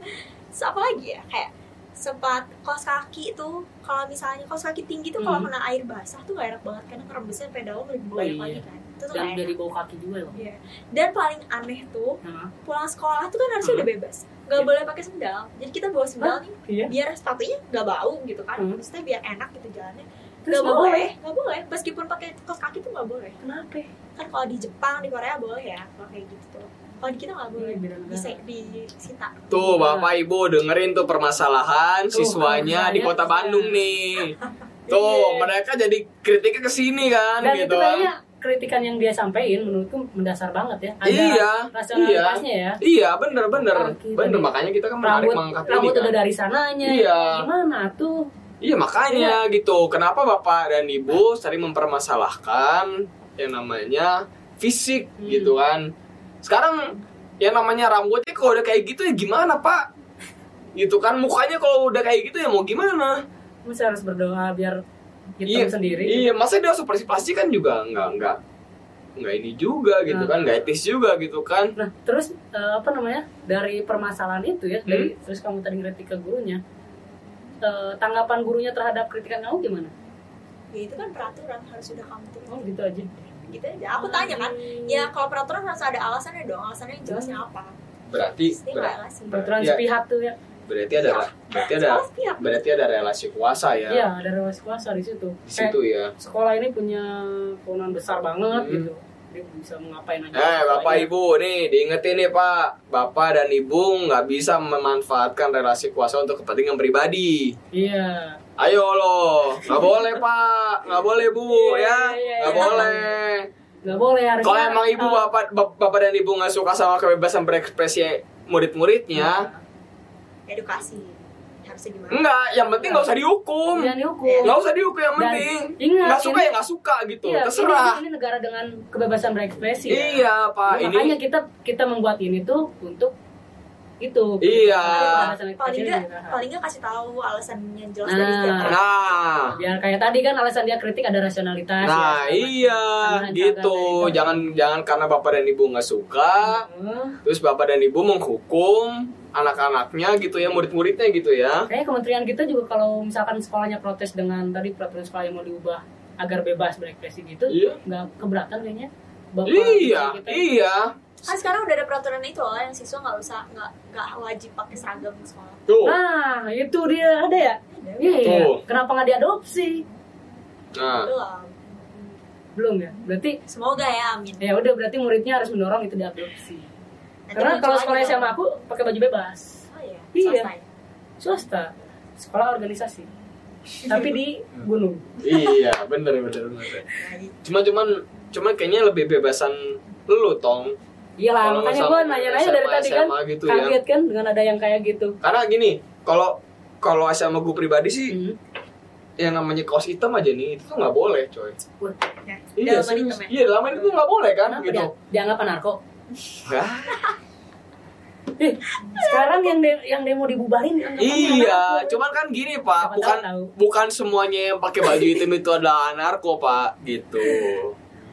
Speaker 3: terus apa lagi ya kayak sepat kaos kaki itu kalau misalnya kaos kaki tinggi tuh kalau
Speaker 2: Hmm.
Speaker 3: kena air basah tuh gak enak banget karena kerembesnya sampai daun lebih
Speaker 2: Oh,
Speaker 3: banyak
Speaker 2: iya.
Speaker 3: lagi kan itu tuh
Speaker 2: Dan
Speaker 3: gak
Speaker 2: dari
Speaker 3: enak
Speaker 2: bau kaki juga loh.
Speaker 3: Iya. dan paling aneh tuh
Speaker 2: Nah,
Speaker 3: pulang sekolah tuh kan harusnya
Speaker 2: Hmm.
Speaker 3: udah bebas nggak
Speaker 2: Iya.
Speaker 3: boleh pakai sendal jadi kita bawa sendal nih
Speaker 2: iya.
Speaker 3: biar sepatunya nggak bau gitu kan
Speaker 2: Hmm.
Speaker 3: maksudnya biar enak gitu jalannya
Speaker 2: Terus
Speaker 3: nggak
Speaker 2: nggak
Speaker 3: boleh nggak boleh meskipun pakai kaos kaki tuh nggak boleh
Speaker 2: Kenapa?
Speaker 3: kan kalau di Jepang di Korea boleh ya kalau kayak gitu tuh kalau di kita nggak boleh
Speaker 2: Iya, Beda negara.
Speaker 3: bisa di sita
Speaker 1: Tuh bapak ibu dengerin tuh permasalahan
Speaker 2: Tuh,
Speaker 1: siswanya di
Speaker 2: permasalahannya
Speaker 1: kota
Speaker 2: tuh,
Speaker 1: Bandung
Speaker 2: ya.
Speaker 1: nih. Tuh
Speaker 2: Iya.
Speaker 1: mereka jadi kritiknya ke sini kan
Speaker 2: Dan itu
Speaker 1: gitu.
Speaker 2: kayaknya kritikan yang dia sampaikan menurutku mendasar banget ya. Ada
Speaker 1: Iya,
Speaker 2: rasionalitasnya ya.
Speaker 1: Iya bener bener
Speaker 2: Ah, gitu.
Speaker 1: bener makanya kita kan menarik
Speaker 2: Rambut,
Speaker 1: mengangkat ini
Speaker 2: rambut
Speaker 1: kan.
Speaker 2: udah dari sananya.
Speaker 1: Iya.
Speaker 2: Gimana tuh?
Speaker 1: Iya makanya gitu. Kenapa bapak dan ibu sering mempermasalahkan yang namanya fisik
Speaker 2: Hmm.
Speaker 1: gitu kan? Sekarang yang namanya rambutnya kalau udah kayak gitu ya gimana pak? Gitu kan mukanya kalau udah kayak gitu ya mau gimana?
Speaker 2: Mesti harus berdoa biar
Speaker 1: Iya.
Speaker 2: hitam sendiri.
Speaker 1: Iya masa dia harus operasi plastik kan juga nggak nggak nggak ini juga gitu
Speaker 2: Nah.
Speaker 1: kan nggak etis juga gitu kan?
Speaker 2: Nah, terus eh, apa namanya? Dari permasalahan itu ya,
Speaker 1: Hmm?
Speaker 2: dari terus kamu tadi kritik ke gurunya. eh, tanggapan gurunya terhadap kritikan kamu gimana?
Speaker 3: ya itu kan peraturan harus sudah kamu tuh
Speaker 2: Oh, gitu aja.
Speaker 3: gitu aja aku tanya kan ya kalau peraturan harus ada alasannya dong alasannya yang jelasnya
Speaker 2: Hmm.
Speaker 3: apa
Speaker 1: Berarti
Speaker 3: pasti nggak Iya. ngasih
Speaker 2: Peraturan
Speaker 1: Iya.
Speaker 2: sepihak tuh ya.
Speaker 1: berarti ada berarti ada
Speaker 3: Salah setiap
Speaker 1: berarti ada relasi kuasa ya
Speaker 2: Iya, ada relasi kuasa di situ.
Speaker 1: di situ ya.
Speaker 2: sekolah ini punya kewenangan besar banget
Speaker 1: Hmm.
Speaker 2: gitu dia bisa mengapain aja
Speaker 1: Eh, Bapak Ibu, nih diingetin nih Pak, Bapak dan Ibu nggak bisa memanfaatkan relasi kuasa untuk kepentingan pribadi.
Speaker 2: iya
Speaker 1: Ayo loh, nggak boleh Pak, nggak boleh Bu,
Speaker 2: Iya,
Speaker 1: ya,
Speaker 2: iya,
Speaker 1: nggak
Speaker 2: iya.
Speaker 1: boleh.
Speaker 2: nggak boleh Nah. harus
Speaker 1: Kalau emang Ibu Bapak Bap- Bapak dan Ibu nggak suka sama kebebasan berekspresi murid-muridnya,
Speaker 3: edukasi harusnya gimana
Speaker 2: Hmm.
Speaker 1: nggak, yang penting nggak usah dihukum,
Speaker 2: jangan dihukum
Speaker 1: nggak usah dihukum yang
Speaker 2: Iya. Dan
Speaker 1: penting.
Speaker 2: ingat,
Speaker 1: Nggak suka
Speaker 2: ini-
Speaker 1: ya nggak suka gitu,
Speaker 2: Iya, ini-
Speaker 1: terserah.
Speaker 2: ini, negara dengan kebebasan berekspresi ya.
Speaker 1: Iya Pak,
Speaker 2: Nah,
Speaker 1: ini
Speaker 2: makanya kita kita membuat ini tuh untuk itu
Speaker 1: Iya.
Speaker 2: kebebasan
Speaker 3: paling
Speaker 2: ekspresi
Speaker 3: nggak
Speaker 2: yang dirasakan.
Speaker 3: paling nggak kasih tahu alasannya jelas dari setiap
Speaker 2: Nah.
Speaker 3: orang
Speaker 1: nah.
Speaker 2: biar kayak tadi kan alasan dia kritik ada rasionalitas
Speaker 1: Nah
Speaker 2: ya,
Speaker 1: iya
Speaker 2: Karena
Speaker 1: gitu
Speaker 2: jaga-
Speaker 1: jangan jangan karena bapak dan ibu nggak suka
Speaker 2: Eh,
Speaker 1: terus bapak dan ibu menghukum anak-anaknya gitu ya murid-muridnya gitu ya
Speaker 2: Kayaknya kementerian kita juga kalau misalkan sekolahnya protes dengan tadi peraturan sekolah yang mau diubah agar bebas berekspresi gitu,
Speaker 1: Iya.
Speaker 2: nggak keberatan kayaknya. Bapak
Speaker 1: iya
Speaker 2: kita-
Speaker 1: iya
Speaker 3: kan sekarang udah ada peraturan itu loh yang siswa nggak usah nggak nggak wajib pakai seragam di sekolah
Speaker 1: tuh
Speaker 2: Nah, itu dia ada ya? Iya.
Speaker 1: Tuh.
Speaker 2: Kenapa nggak diadopsi?
Speaker 1: nah
Speaker 2: Ah.
Speaker 3: belum
Speaker 2: Belum ya? Berarti
Speaker 3: um, semoga ya amin
Speaker 2: ya udah berarti muridnya harus mendorong itu diadopsi.
Speaker 3: Nanti
Speaker 2: Karena
Speaker 3: muncul
Speaker 2: kalau
Speaker 3: lagi
Speaker 2: sekolahnya
Speaker 3: dong.
Speaker 2: sama aku pakai baju bebas,
Speaker 3: oh iya
Speaker 2: Iya.
Speaker 3: swasta ya?
Speaker 2: swasta, sekolah organisasi. Tapi di gunung.
Speaker 1: iya bener bener bener
Speaker 3: Baik.
Speaker 1: cuma cuman cuman kayaknya lebih bebasan lu tong
Speaker 2: Iyalah,
Speaker 1: Kalau
Speaker 2: makanya
Speaker 1: sama
Speaker 2: gue nanya-nanya dari
Speaker 1: SMA,
Speaker 2: tadi kan
Speaker 1: gitu ya.
Speaker 2: kaget kan dengan ada yang kayak gitu.
Speaker 1: karena gini kalau kalau sama gue pribadi sih
Speaker 2: Hmm.
Speaker 1: yang namanya kaos hitam aja nih itu tuh nggak boleh coy
Speaker 2: Wah,
Speaker 1: iya
Speaker 3: Dalaman
Speaker 1: serius.
Speaker 3: hitam ya?
Speaker 1: gitu. iya dalam itu tuh nggak boleh kan
Speaker 2: Kenapa
Speaker 1: gitu
Speaker 2: dia- dianggap anarko?
Speaker 1: Hah?
Speaker 2: Eh, sekarang yang de- yang demo dibubarin anggapannya
Speaker 1: Iya,
Speaker 2: anarko.
Speaker 1: cuman kan gini pak,
Speaker 2: Siapa
Speaker 1: bukan
Speaker 2: tahu.
Speaker 1: bukan semuanya yang pakai baju hitam itu adalah anarko pak, gitu.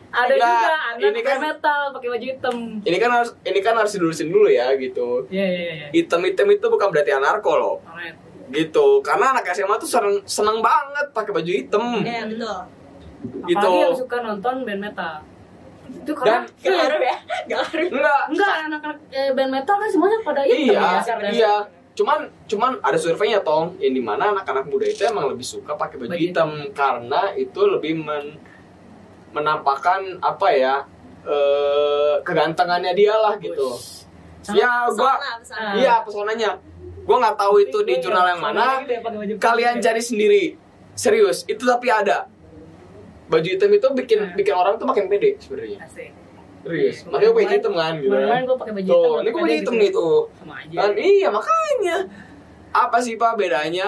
Speaker 2: ada
Speaker 1: Enggak,
Speaker 2: juga anak
Speaker 1: ini
Speaker 2: ini
Speaker 1: kan-
Speaker 2: metal pakai baju hitam.
Speaker 1: Ini kan harus ini kan harus dilurusin dulu ya, gitu.
Speaker 2: Iya iya iya.
Speaker 1: Hitam-hitam itu bukan berarti anarko loh,
Speaker 2: Alright.
Speaker 1: gitu. Karena anak SMA tuh seneng seneng banget pakai baju hitam,
Speaker 3: ya
Speaker 2: Hmm.
Speaker 3: betul
Speaker 2: Iya, Apalagi yang
Speaker 1: gitu.
Speaker 2: suka nonton band metal. Itu
Speaker 1: Dan
Speaker 2: karena
Speaker 3: gak ngaruh ya gak ngaruh
Speaker 1: enggak,
Speaker 2: enggak anak-anak eh, band metal kan semuanya pada hitam
Speaker 1: iya,
Speaker 2: ya, secara dasar.
Speaker 1: iya. Cuman cuman ada surveinya tong, yang dimana anak-anak muda itu emang lebih suka pakai baju
Speaker 2: Baju
Speaker 1: hitam karena itu lebih men- menampakkan apa ya eh, kegantengannya dia lah gitu.
Speaker 2: Sama-
Speaker 1: Ya gua,
Speaker 3: Pesona, pesona.
Speaker 1: iya pesonanya. Gua nggak tahu itu di jurnal yang mana.
Speaker 2: gitu ya,
Speaker 1: Kalian cari sendiri. Serius, itu tapi ada. Baju hitam itu bikin
Speaker 2: Nah.
Speaker 1: bikin orang tuh makin pede sebenarnya.
Speaker 2: Asik.
Speaker 1: Serius, makanya
Speaker 2: Iya,
Speaker 1: gua baju
Speaker 2: kemarin-
Speaker 1: hitam kan gitu.
Speaker 2: Kemarin gue pakai baju hitam.
Speaker 1: Tuh, ini gua baju
Speaker 2: pede
Speaker 1: hitam
Speaker 2: gitu.
Speaker 1: nih tuh.
Speaker 2: Sama aja.
Speaker 1: Kan, iya makanya. Apa sih Pak bedanya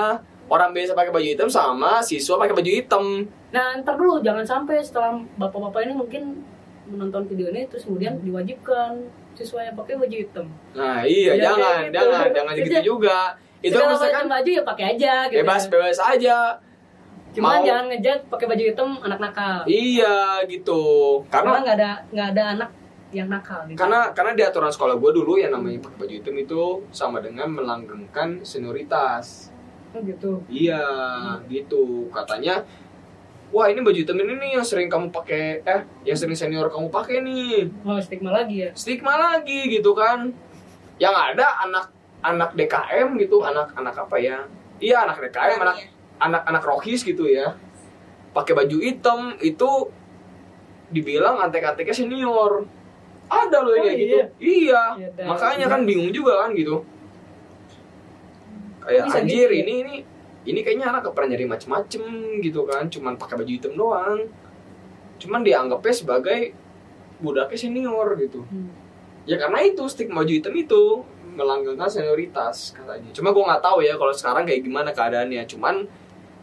Speaker 1: orang biasa pakai baju hitam sama siswa pakai baju hitam?
Speaker 2: Nah, ntar dulu jangan sampai setelah bapak-bapak ini mungkin menonton video ini terus kemudian diwajibkan siswa yang pakai baju hitam.
Speaker 1: Nah, iya
Speaker 2: Ya,
Speaker 1: jangan,
Speaker 2: gitu.
Speaker 1: jangan, jangan
Speaker 2: Jadi,
Speaker 1: gitu juga. Itu
Speaker 2: Segala
Speaker 1: misalkan
Speaker 2: macam baju ya pakai aja gitu.
Speaker 1: bebas bebas aja. Mau-
Speaker 2: Cuma jangan ngejat pakai baju hitam anak nakal.
Speaker 1: Iya gitu. Karena
Speaker 2: Karena nggak ada nggak ada anak yang nakal. Gitu.
Speaker 1: karena karena di aturan sekolah gue dulu yang namanya pakai baju hitam itu sama dengan melanggengkan senioritas.
Speaker 2: Oh, gitu.
Speaker 1: Iya,
Speaker 2: Hmm.
Speaker 1: gitu. Katanya Wah ini baju hitam ini nih yang sering kamu pakai eh yang sering senior kamu pakai nih
Speaker 2: Mau stigma lagi ya.
Speaker 1: stigma lagi gitu kan yang ada anak anak DKM gitu anak anak apa ya iya anak DKM anak
Speaker 3: Iya.
Speaker 1: anak anak rohis gitu ya pakai baju hitam itu dibilang antek-anteknya senior ada loh
Speaker 2: Oh,
Speaker 1: ini kayak gitu
Speaker 2: iya.
Speaker 1: iya
Speaker 2: Iya, dah.
Speaker 1: makanya kan bingung juga kan gitu kayak
Speaker 2: Bisa
Speaker 1: anjir
Speaker 2: gitu ya?
Speaker 1: ini ini ini kayaknya anak gak pernah nyari macem-macem gitu kan cuman pakai baju hitam doang cuman dianggapnya sebagai budaknya senior gitu
Speaker 2: Hmm.
Speaker 1: ya karena itu stigma baju hitam itu melanggengkan senioritas katanya cuma gue nggak tahu ya kalau sekarang kayak gimana keadaannya cuman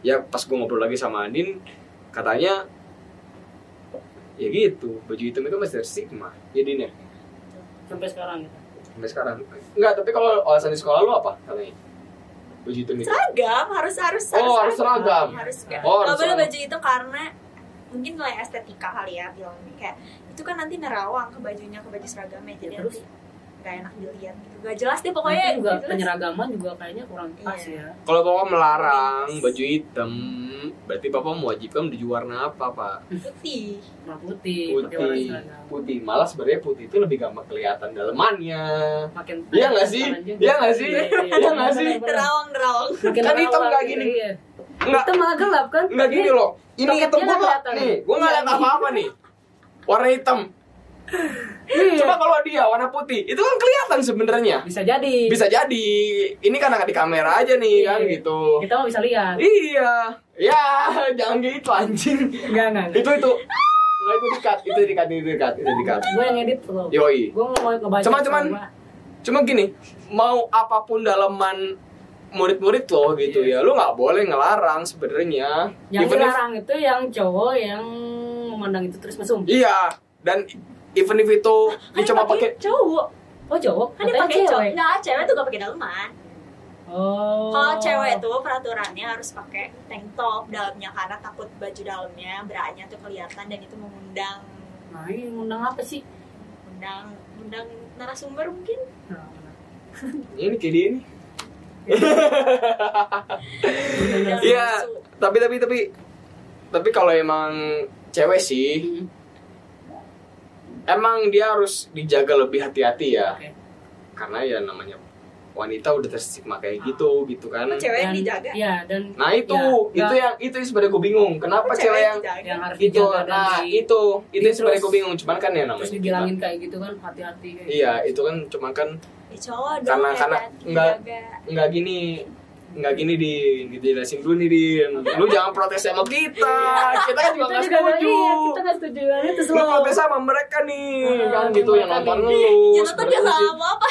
Speaker 1: ya pas gue ngobrol lagi sama Andin katanya ya gitu baju hitam itu masih ada stigma jadinya
Speaker 2: Sampai sekarang gitu.
Speaker 1: sampai sekarang nggak tapi kalau alasan di sekolah lu apa katanya baju hitam itu
Speaker 3: seragam harus harus
Speaker 1: Oh, harus seragam.
Speaker 3: harus nggak
Speaker 1: Oh, harus
Speaker 3: nggak boleh
Speaker 1: seragam.
Speaker 3: baju itu karena mungkin nilai estetika kali ya bilangnya kayak itu kan nanti nerawang ke bajunya ke baju seragamnya jadi
Speaker 2: Ya, terus?
Speaker 3: nanti nggak enak dilihat gitu gak jelas deh
Speaker 2: Pokoknya
Speaker 3: pokoknya
Speaker 2: Nah, juga
Speaker 3: nggak jelas.
Speaker 2: penyeragaman juga kayaknya kurang pas
Speaker 3: Iya.
Speaker 2: ya.
Speaker 1: kalau bapak melarang baju hitam berarti bapak mewajibkan menuju warna apa pak
Speaker 3: putih
Speaker 2: Warna putih, Iya, pakai warna
Speaker 1: putih
Speaker 2: seragam.
Speaker 1: putih malah sebenarnya putih itu lebih gampang kelihatan dalemannya
Speaker 2: Makin
Speaker 1: Iya nggak sih? Iya nggak sih? Iya nggak sih?
Speaker 3: nerawang nerawang
Speaker 2: Makin
Speaker 1: Kan hitam
Speaker 2: rawan
Speaker 1: nggak
Speaker 2: gitu,
Speaker 1: gini.
Speaker 2: iya.
Speaker 1: Enggak,
Speaker 2: Hitam malah gelap kan?
Speaker 1: enggak gini loh. Ini
Speaker 2: Toketnya
Speaker 1: hitam gua
Speaker 2: nggak
Speaker 1: nggak-
Speaker 2: kelihatan. Iya.
Speaker 1: nih, gua nggak lihat apa-apa nih. Warna hitam.
Speaker 2: Iya.
Speaker 1: Coba kalau dia warna putih, itu kan kelihatan sebenarnya.
Speaker 2: Bisa jadi.
Speaker 1: Bisa jadi ini kan nggak di kamera aja nih kan
Speaker 2: Iya.
Speaker 1: gitu.
Speaker 2: Kita mah bisa lihat.
Speaker 1: Iya. Ya, jangan gitu anjing.
Speaker 2: Enggak, enggak.
Speaker 1: Itu itu. Nggak, itu dikat, itu dikat, itu dikat, itu dikat.
Speaker 2: Gue yang edit lo.
Speaker 1: Yoi.
Speaker 2: Gue mau ngebaca.
Speaker 1: Iya. Cuman- cuman-
Speaker 2: sama.
Speaker 1: Cuma gini, mau apapun daleman murid-murid lo gitu ya, lo nggak boleh ngelarang sebenarnya.
Speaker 2: Iya. yang
Speaker 1: Even if-
Speaker 2: dilarang itu yang cowok yang memandang itu terus mesum.
Speaker 1: Iya, dan even if itu dia cuma pakai
Speaker 3: cowok
Speaker 2: Oh cowok?
Speaker 3: kan dia
Speaker 2: Katanya
Speaker 3: pakai cowok
Speaker 2: cewek.
Speaker 3: nggak cewek tuh gak pakai daleman
Speaker 2: Oh.
Speaker 3: kalau cewek tuh peraturannya harus pakai tank top dalamnya karena takut baju dalamnya beranya tuh kelihatan dan itu mengundang
Speaker 2: Nah, ini ngundang apa sih?
Speaker 3: mengundang mengundang narasumber mungkin
Speaker 1: ini kayak dia nih.
Speaker 3: Mengundang
Speaker 1: Iya.
Speaker 3: musuh.
Speaker 1: Tapi tapi tapi tapi kalau emang cewek sih,
Speaker 2: Hmm,
Speaker 1: emang dia harus dijaga lebih hati-hati ya,
Speaker 2: Oke.
Speaker 1: karena ya namanya wanita udah terstigma kayak gitu gitu kan.
Speaker 3: Kok cewek yang
Speaker 2: Dan-
Speaker 3: dijaga
Speaker 2: Iya, dan
Speaker 1: Nah itu
Speaker 2: Ya,
Speaker 1: itu
Speaker 2: ya.
Speaker 1: yang itu yang sebenarnya gue bingung, kenapa
Speaker 3: Kok
Speaker 1: cewek yang
Speaker 3: dijaga?
Speaker 2: yang harus
Speaker 1: itu
Speaker 2: dijaga dan
Speaker 1: nah
Speaker 2: di-
Speaker 1: itu itu yang
Speaker 2: terus-
Speaker 1: sebenarnya gue bingung, cuman kan ya namanya.
Speaker 2: terus
Speaker 1: kita-
Speaker 2: dibilangin kayak gitu kan hati-hati kayak
Speaker 1: Iya itu kan cuman kan
Speaker 3: Ya, cowok dong
Speaker 1: Karena-
Speaker 3: yang
Speaker 1: karena-
Speaker 3: dijaga.
Speaker 1: enggak. nggak gini nggak gini di dijelasin dulu nih Din lu jangan protes sama kita kita kan juga nggak
Speaker 2: Iya. Kita juga nggak-
Speaker 1: setuju
Speaker 2: iya, kita nggak setuju banget terus
Speaker 1: lu
Speaker 2: lo
Speaker 1: protes sama mereka nih
Speaker 2: Ah,
Speaker 1: kan gitu yang
Speaker 2: mereka
Speaker 1: nonton lu
Speaker 2: nih.
Speaker 3: Ya nonton gak
Speaker 1: sebenarnya
Speaker 3: salah apa-apa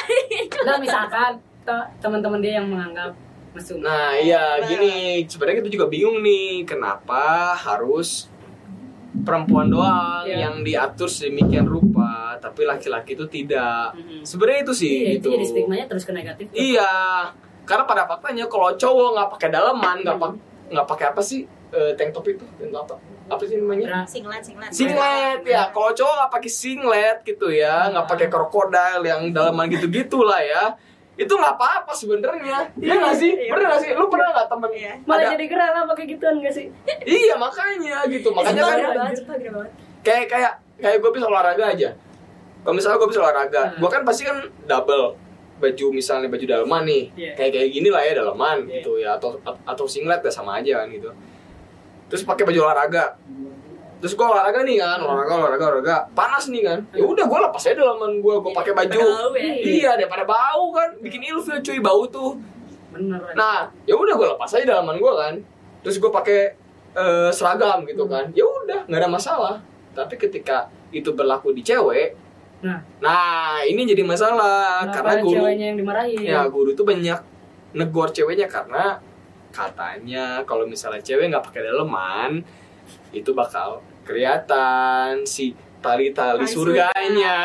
Speaker 2: nah misalkan te- teman-teman dia yang menganggap mesum
Speaker 1: nah iya
Speaker 3: Nah.
Speaker 1: gini sebenarnya kita juga bingung nih kenapa harus perempuan doang
Speaker 2: Iya.
Speaker 1: yang diatur sedemikian rupa tapi laki-laki itu tidak
Speaker 2: Mhm.
Speaker 1: sebenarnya itu sih
Speaker 2: Iya, itu
Speaker 1: gitu
Speaker 2: jadi stigmanya terus ke negatif.
Speaker 1: iya karena pada faktanya kalau cowok nggak pakai dalaman nggak pak nggak pakai apa sih eh, tank top itu tank top apa apa sih namanya
Speaker 2: Bra-
Speaker 3: singlet singlet
Speaker 1: singlet ya kalau cowok nggak pakai singlet gitu ya nggak pakai krokodil yang dalaman gitu gitulah ya itu nggak apa-apa sebenarnya ya nggak sih
Speaker 3: Iya.
Speaker 1: bener nggak sih lu pernah nggak temen
Speaker 3: Iya.
Speaker 2: Malah
Speaker 1: ada-
Speaker 2: jadi gerah lah pakai gituan gak sih?
Speaker 1: iya makanya gitu makanya
Speaker 3: Sumpah
Speaker 1: kan
Speaker 3: gerah banget sumpah gerah banget
Speaker 1: kayak kayak kayak gue bisa olahraga aja kalau misalnya gue bisa olahraga
Speaker 2: Hmm.
Speaker 1: gue kan pasti kan double baju misalnya baju dalaman nih
Speaker 2: Iya.
Speaker 1: kayak kayak gini lah ya dalaman
Speaker 2: Iya.
Speaker 1: gitu ya atau atau singlet ya sama aja kan gitu terus pakai baju olahraga terus gue olahraga nih kan olahraga olahraga olahraga panas nih kan
Speaker 2: Hmm.
Speaker 1: ya udah gue lepas aja dalaman gue gue pakai baju
Speaker 3: Bau ya.
Speaker 1: iya daripada bau kan bikin ilfil cuy bau tuh
Speaker 2: Bener.
Speaker 1: Nah, ya udah gue lepas aja dalaman gue kan. Terus gue pakai eh, seragam gitu
Speaker 2: Hmm.
Speaker 1: kan. Ya udah, nggak ada masalah. Tapi ketika itu berlaku di cewek,
Speaker 2: Nah.
Speaker 1: nah ini jadi masalah karena
Speaker 2: Kenapa
Speaker 1: guru,
Speaker 2: ceweknya yang dimarahin?
Speaker 1: ya guru tuh banyak negor ceweknya karena katanya kalau misalnya cewek nggak pakai daleman itu bakal kelihatan si tali-tali
Speaker 3: Tali
Speaker 1: surganya.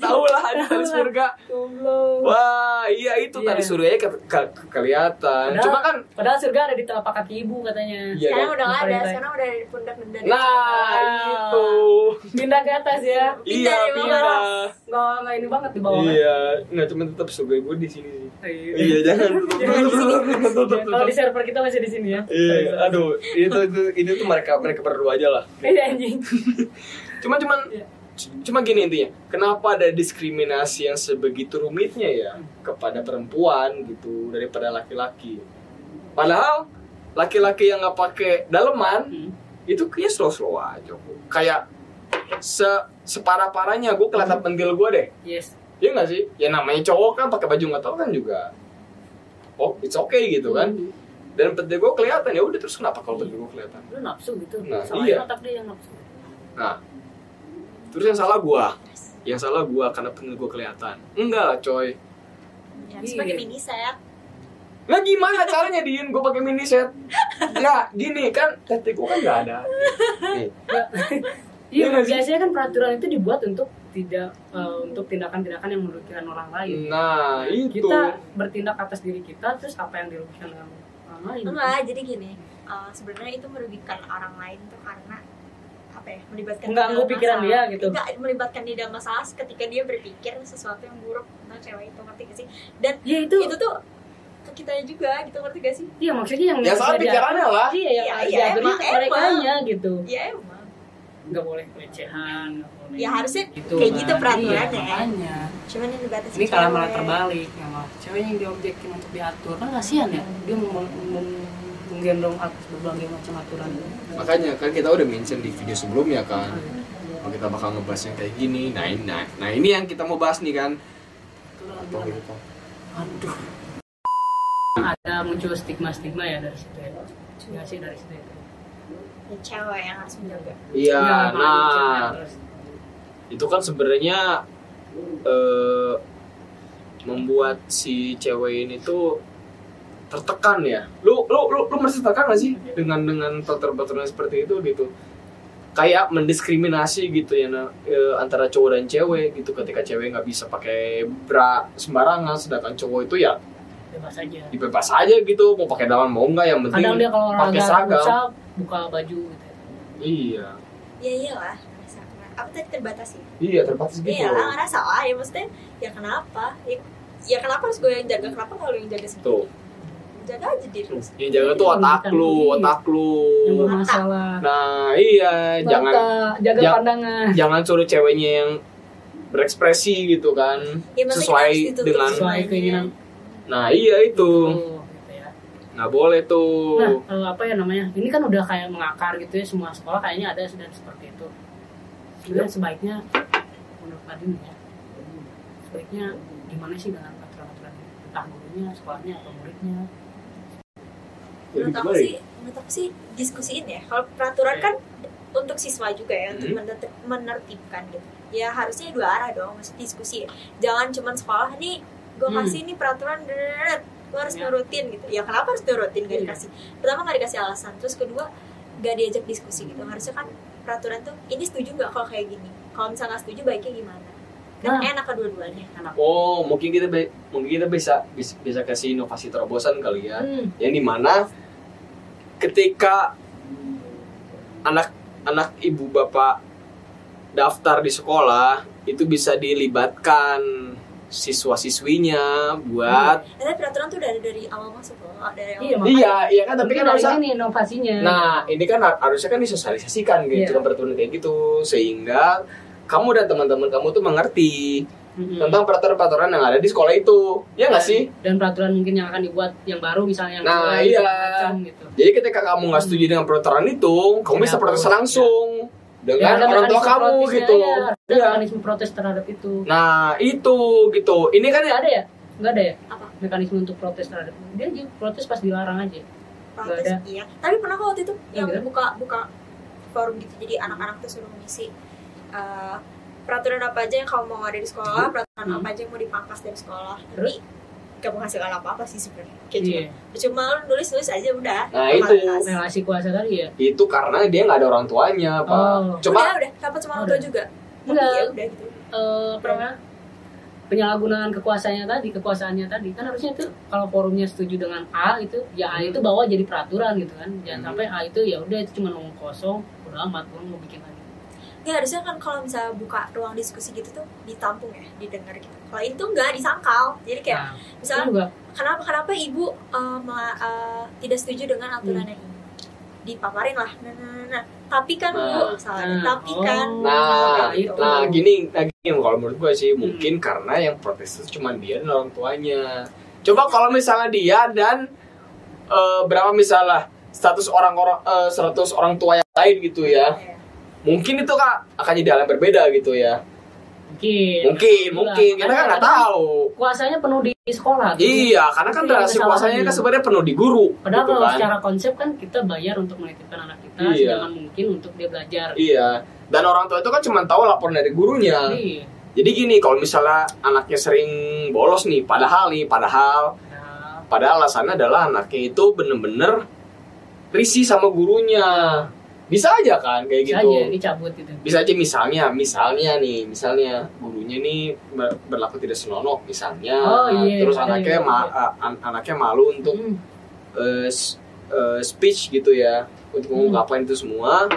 Speaker 1: Tahu lah ada tali surga. Wah, iya itu
Speaker 2: Iya.
Speaker 1: tadi surganya ke- ke- kelihatan.
Speaker 2: Padahal-
Speaker 1: Cuma kan
Speaker 2: Padahal surga ada di telapak kaki ibu katanya.
Speaker 1: iya
Speaker 3: sekarang
Speaker 1: kan?
Speaker 3: udah nggak ada
Speaker 2: Paling baik.
Speaker 3: sekarang udah ada di pundak dan
Speaker 1: Nah,
Speaker 3: gitu.
Speaker 1: itu.
Speaker 2: Pindah ke atas ya.
Speaker 1: Iya,
Speaker 3: dari
Speaker 1: pindah.
Speaker 2: Nggak nggak ini banget di bawah.
Speaker 1: Iya, nggak cuma tetap surga gue di sini sih.
Speaker 2: kan? Iya.
Speaker 1: Iya, jangan.
Speaker 2: Kalau di server kita masih di sini ya.
Speaker 1: Iya, aduh, itu itu itu tuh mereka mereka berdua aja lah.
Speaker 2: Iya anjing.
Speaker 1: Cuma cuman
Speaker 2: Iya.
Speaker 1: cuma gini intinya, kenapa ada diskriminasi yang sebegitu rumitnya ya kepada perempuan gitu daripada laki-laki. Padahal laki-laki yang nggak pakai daleman
Speaker 2: Hmm.
Speaker 1: itu kayaknya slow slow aja kok. kayak se separah parahnya gue kelihatan pentil gue deh
Speaker 2: Yes.
Speaker 1: Iya nggak sih ya namanya cowok kan pakai baju nggak tahu kan juga oh it's okay gitu kan
Speaker 2: Hmm.
Speaker 1: dan pentil gue kelihatan ya udah terus kenapa kalau pentil gue kelihatan
Speaker 2: Lu nafsu gitu.
Speaker 1: Nah,
Speaker 2: Sama
Speaker 1: iya.
Speaker 2: otak dia yang nafsu.
Speaker 1: nah terus yang salah gue yang salah gue karena pentil gue kelihatan enggak lah coy
Speaker 3: ya,
Speaker 2: Iya,
Speaker 3: sebagai mini set
Speaker 1: Nah gimana caranya Din? Gue pakai mini set. Nah gini kan tetik gue kan nggak ada. Nih. Iya
Speaker 2: Iya,
Speaker 1: nggak sih?
Speaker 2: biasanya kan peraturan itu dibuat untuk tidak eh, untuk tindakan-tindakan yang merugikan orang lain.
Speaker 1: Nah itu.
Speaker 2: Kita bertindak atas diri kita, terus apa yang dirugikan dengan orang lain?
Speaker 3: enggak jadi gini eh, sebenarnya itu merugikan orang lain tuh karena apa ya melibatkan
Speaker 2: Mengganggu
Speaker 3: dalam
Speaker 2: pikiran
Speaker 3: masalah.
Speaker 2: dia gitu.
Speaker 3: enggak melibatkan dia dalam masalah ketika dia berpikir sesuatu yang buruk tentang cewek itu ngerti gak sih dan
Speaker 2: Ya itu,
Speaker 3: itu tuh ke kita juga gitu ngerti gak sih
Speaker 2: iya maksudnya yang
Speaker 1: Ya salah
Speaker 2: diajarin-
Speaker 1: pikirannya lah.
Speaker 2: Iya, yang
Speaker 3: Iya,
Speaker 2: harus
Speaker 3: iya,
Speaker 2: diajarin
Speaker 3: emang,
Speaker 2: ke merekanya gitu.
Speaker 3: ya emang
Speaker 2: Nggak boleh pelecehan, nggak boleh.
Speaker 3: Ya, harusnya
Speaker 2: gitu
Speaker 3: kayak
Speaker 2: kan.
Speaker 3: gitu peraturannya.
Speaker 2: Iya, makanya.
Speaker 3: cuman yang dibatasi
Speaker 2: Ini kalah
Speaker 3: cewek.
Speaker 2: malah terbalik, ya malah cewek yang diobjekin untuk diatur, kan kasihan ya, dia meng- meng- menggendong atas berbagai macam aturan.
Speaker 1: Makanya kan kita udah mention di video sebelumnya kan. Oh, kita bakal ngebahas yang kayak gini. Nah ini, nah, nah ini yang kita mau bahas nih kan.
Speaker 2: Aduh. Ada muncul stigma-stigma ya dari situ ya. Nggak sih dari situ ya.
Speaker 3: Ya, cewek yang harus menjaga
Speaker 1: Iya,
Speaker 2: Nggak, malah
Speaker 1: nah
Speaker 2: cewek harus.
Speaker 1: itu kan sebenarnya eh, membuat si cewek ini tuh tertekan ya. Lu lu lu, lu merasa tertekan gak sih dengan dengan peraturan seperti itu gitu? Kayak mendiskriminasi gitu ya nah, eh, antara cowok dan cewek gitu ketika cewek nggak bisa pakai bra sembarangan sedangkan cowok itu ya
Speaker 2: bebas aja.
Speaker 1: dibebas aja gitu mau pakai dalam mau nggak yang penting
Speaker 2: Kadang dia kalau
Speaker 1: pakai
Speaker 2: olahraga
Speaker 1: seragam
Speaker 2: futsal buka baju gitu.
Speaker 1: iya
Speaker 3: ya iyalah ngerasa kena- apa tadi terbatasi
Speaker 1: iya terbatas gitu
Speaker 3: iya lah
Speaker 1: loh
Speaker 3: ngerasa lah ya maksudnya ya kenapa ya, ya kenapa harus gue yang jaga kenapa nggak lo yang jaga sendiri
Speaker 1: tuh
Speaker 3: jaga aja diri lu
Speaker 1: yang jaga tuh otak lu otak lu
Speaker 2: Yang bermasalah.
Speaker 1: nah iya jangan Gitu.
Speaker 2: Mata, jaga
Speaker 1: Ja-
Speaker 2: pandangan.
Speaker 1: jangan suruh ceweknya yang berekspresi gitu kan
Speaker 3: Ya,
Speaker 1: sesuai
Speaker 3: maksudnya kita harus ditutup
Speaker 1: dengan
Speaker 2: Sesuai keinginan.
Speaker 1: nah iya itu
Speaker 2: Tuh, gitu ya.
Speaker 1: nggak boleh tuh
Speaker 2: Nah, eh, apa ya namanya? Ini kan udah kayak mengakar gitu ya semua sekolah kayaknya ada sudah seperti itu. Sebenarnya sebaiknya menurut Adin ya, sebaiknya gimana sih dengan peraturan-peraturan ini? entah gurunya, sekolahnya atau muridnya?
Speaker 1: Jadi
Speaker 3: menurut aku
Speaker 1: gimana ya?
Speaker 3: sih menurut aku sih diskusiin ya kalau
Speaker 2: Iya.
Speaker 3: peraturan kan untuk siswa juga ya untuk
Speaker 2: Hmm.
Speaker 3: menertib- menertibkan gitu ya harusnya dua arah dong mesti diskusi ya. jangan cuman sekolah nih gue
Speaker 2: Hmm.
Speaker 3: kasih nih peraturan deret lo harus
Speaker 2: Ya.
Speaker 3: nurutin gitu ya kenapa harus nurutin
Speaker 2: Iya.
Speaker 3: gak dikasih pertama gak dikasih alasan terus kedua gak diajak diskusi gitu harusnya kan peraturan tuh ini setuju nggak kalau kayak gini kalau misalnya nggak setuju baiknya gimana
Speaker 2: Nah.
Speaker 3: kan enak kedua-duanya
Speaker 2: anak
Speaker 1: Oh, mungkin kita be- mungkin kita bisa bisa, bisa kasih inovasi terobosan kali ya.
Speaker 2: Nah,
Speaker 3: hmm.
Speaker 1: Yang dimana ketika anak anak ibu bapak daftar di sekolah itu bisa dilibatkan siswa siswinya buat
Speaker 3: Tapi peraturan tuh dari dari awal masuk loh dari awal
Speaker 2: Iya, Makanya.
Speaker 1: iya iya kan tapi kan harusnya
Speaker 2: ini inovasinya
Speaker 1: Nah, ini kan har- harusnya kan disosialisasikan gitu
Speaker 2: Iya.
Speaker 1: kan peraturan kayak gitu sehingga kamu dan teman-teman kamu tuh mengerti
Speaker 2: Mm-mm.
Speaker 1: tentang peraturan-peraturan yang ada di sekolah itu. Ya nggak
Speaker 2: Dan-
Speaker 1: sih?
Speaker 2: dan peraturan mungkin yang akan dibuat yang baru misalnya yang
Speaker 1: Nah,
Speaker 2: kedua,
Speaker 1: iya.
Speaker 2: macam gitu
Speaker 1: Jadi ketika kamu nggak setuju dengan peraturan itu, kamu bisa
Speaker 2: Hmm. Kenapa? Iya. Ya,
Speaker 1: protes langsung dengan
Speaker 2: ada
Speaker 1: Kan orang tua
Speaker 2: mekanisme
Speaker 1: kamu
Speaker 2: protesnya,
Speaker 1: gitu.
Speaker 2: ya. ada
Speaker 1: Iya.
Speaker 2: mekanisme protes terhadap itu
Speaker 1: Nah, itu gitu. Ini kan ya
Speaker 2: nggak ada ya nggak ada ya
Speaker 3: Apa?
Speaker 2: mekanisme untuk protes terhadap itu dia juga protes pas dilarang aja
Speaker 3: protes
Speaker 2: Nggak
Speaker 3: iya tapi pernah kok waktu itu yang
Speaker 2: gitu?
Speaker 3: buka buka forum gitu jadi anak-anak tuh suruh ngisi eh, peraturan apa aja yang kamu mau ada di sekolah peraturan
Speaker 2: Hmm.
Speaker 3: apa aja yang mau dipangkas dari sekolah
Speaker 2: Terus?
Speaker 3: tapi gak menghasilkan apa-apa sih sebenarnya kayak
Speaker 2: iya
Speaker 3: cuma lu nulis-nulis aja udah
Speaker 1: Nah,
Speaker 3: ke
Speaker 1: itu.
Speaker 3: markas.
Speaker 2: relasi kuasa tadi ya
Speaker 1: itu karena dia nggak ada orang tuanya, Pak.
Speaker 2: Oh.
Speaker 1: Cuma
Speaker 3: udah udah dapat cuma orang tua
Speaker 2: Udah.
Speaker 3: juga tapi
Speaker 2: Enggak.
Speaker 3: ya udah gitu
Speaker 2: eh apa namanya penyalahgunaan kekuasaannya tadi kekuasaannya tadi kan harusnya itu kalau forumnya setuju dengan A itu ya A itu bawa jadi peraturan gitu kan jangan
Speaker 1: Hmm.
Speaker 2: sampai A itu ya udah itu cuma ngomong kosong udah amat orang mau bikin lagi
Speaker 3: ya harusnya kan kalau misalnya buka ruang diskusi gitu tuh ditampung ya didengar gitu kalau itu enggak disangkal jadi kayak
Speaker 2: nah, itu
Speaker 3: misalnya
Speaker 2: juga
Speaker 3: kenapa kenapa ibu eh, ma- eh, tidak setuju dengan aturan
Speaker 1: Hmm.
Speaker 3: yang ini dipaparin lah nah, nah, nah, nah. tapi kan
Speaker 1: Nah.
Speaker 3: bu misalnya
Speaker 2: Nah,
Speaker 3: tapi
Speaker 2: oh.
Speaker 3: kan
Speaker 1: Nah,
Speaker 3: Gitu.
Speaker 1: nah gini, nah gini kalau menurut gue sih
Speaker 2: Hmm.
Speaker 1: mungkin karena yang protes itu cuma dia dan orang tuanya. Coba kalau misalnya dia dan eh, berapa misalnya status orang-orang eh, 100 orang tua yang lain gitu ya.
Speaker 3: Iya.
Speaker 1: Mungkin itu Kak akan jadi hal yang berbeda gitu ya.
Speaker 2: mungkin
Speaker 1: Mungkin,
Speaker 2: Iya,
Speaker 1: mungkin kita kan
Speaker 2: makanya
Speaker 1: nggak
Speaker 2: kadang
Speaker 1: tahu.
Speaker 2: kuasanya penuh di di sekolah gitu.
Speaker 1: Iya, karena kan
Speaker 2: Itu yang
Speaker 1: relasi
Speaker 2: kesalahan
Speaker 1: kuasanya kan
Speaker 2: dia.
Speaker 1: sebenarnya penuh di guru.
Speaker 2: Padahal
Speaker 1: gitu
Speaker 2: kalau
Speaker 1: kan.
Speaker 2: secara konsep kan kita bayar untuk menitipkan anak kita,
Speaker 1: Iya.
Speaker 2: sedangkan mungkin untuk dia belajar.
Speaker 1: Iya, dan orang tua itu kan cuma tahu laporan dari gurunya.
Speaker 2: Iya.
Speaker 1: Jadi gini, kalau misalnya anaknya sering bolos nih, padahal nih, padahal
Speaker 2: Nah,
Speaker 1: Padahal alasannya adalah anaknya itu bener-bener risih sama gurunya. Bisa aja kan kayak
Speaker 2: bisa
Speaker 1: gitu.
Speaker 2: aja dicabut gitu.
Speaker 1: Bisa aja misalnya, misalnya nih, misalnya gurunya nih ber- berlaku tidak senonoh misalnya.
Speaker 2: Oh, iya,
Speaker 1: Terus
Speaker 2: iya,
Speaker 1: anaknya
Speaker 2: iya,
Speaker 1: ma-
Speaker 2: iya.
Speaker 1: a- an- anaknya malu untuk
Speaker 2: Hmm.
Speaker 1: eh, s- eh, speech gitu ya, untuk
Speaker 2: Hmm.
Speaker 1: mengungkapkan itu semua.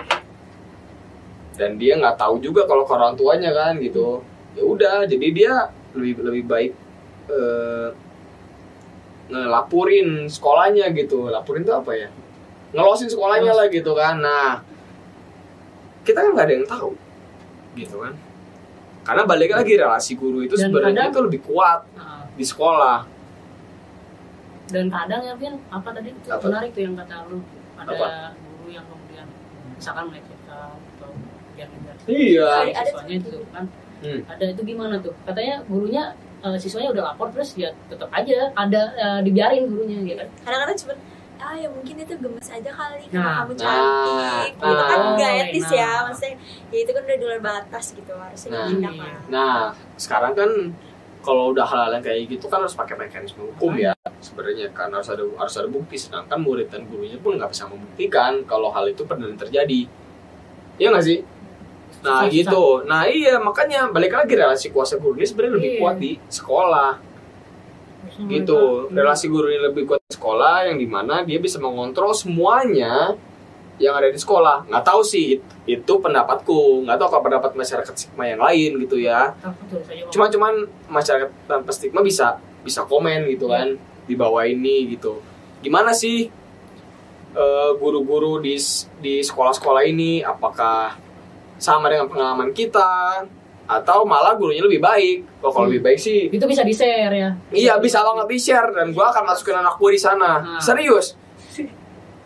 Speaker 1: Dan dia nggak tahu juga kalau ke orang tuanya kan gitu. Ya udah, jadi dia lebih lebih baik eh, ngelaporin sekolahnya gitu laporin tuh apa ya ngelosin sekolahnya lah gitu kan nah kita kan nggak ada yang tahu gitu kan karena balik lagi relasi guru itu
Speaker 2: Dan
Speaker 1: sebenarnya itu
Speaker 2: kadang-
Speaker 1: lebih kuat
Speaker 2: Nah,
Speaker 1: di sekolah
Speaker 2: dan kadang ya Vin, apa tadi itu
Speaker 1: Apa?
Speaker 2: menarik tuh yang kata lu ada
Speaker 1: Apa?
Speaker 2: guru yang kemudian misalkan melecehkan atau yang
Speaker 1: iya
Speaker 3: Ada- ada
Speaker 2: siswanya itu kan
Speaker 1: Hmm.
Speaker 2: ada itu gimana tuh katanya gurunya eh, siswanya udah lapor terus ya tetap aja ada eh, dibiarin gurunya gitu kan
Speaker 3: kadang-kadang cuma ah ya mungkin itu gemes aja kali
Speaker 2: Nah.
Speaker 3: karena kamu cantik
Speaker 1: Nah.
Speaker 3: gitu kan
Speaker 1: Nah.
Speaker 3: nggak etis ya
Speaker 2: Nah.
Speaker 3: maksudnya ya itu kan udah di luar batas gitu harusnya
Speaker 1: Nah.
Speaker 3: ditindak
Speaker 2: Iya.
Speaker 3: lah
Speaker 1: nah sekarang kan kalau udah hal-hal yang kayak gitu kan harus pakai mekanisme hukum ya sebenarnya kan harus ada harus ada bukti sedangkan murid dan gurunya pun nggak bisa membuktikan kalau hal itu benar terjadi Iya nggak sih nah
Speaker 2: Susah.
Speaker 1: gitu nah iya makanya balik lagi relasi kuasa guru ini sebenarnya lebih
Speaker 2: Iya. Hmm,
Speaker 1: kuat di sekolah
Speaker 2: Terus
Speaker 1: gitu
Speaker 2: mereka-
Speaker 1: relasi guru ini lebih kuat di sekolah yang dimana dia bisa mengontrol semuanya yang ada di sekolah nggak tahu sih it- itu pendapatku nggak tahu kalau pendapat masyarakat sigma yang lain gitu ya
Speaker 2: Takut tuh, saya
Speaker 1: cuma cuman masyarakat tanpa stigma bisa bisa komen gitu kan di bawah ini gitu gimana sih eh, guru-guru di s- di sekolah-sekolah ini apakah sama dengan pengalaman kita atau malah gurunya lebih baik Wah, kalau
Speaker 2: Hmm.
Speaker 1: lebih baik sih
Speaker 2: itu bisa di share ya
Speaker 1: iya bisa banget di share dan gua akan masukin anak gua di sana
Speaker 2: Ah.
Speaker 1: serius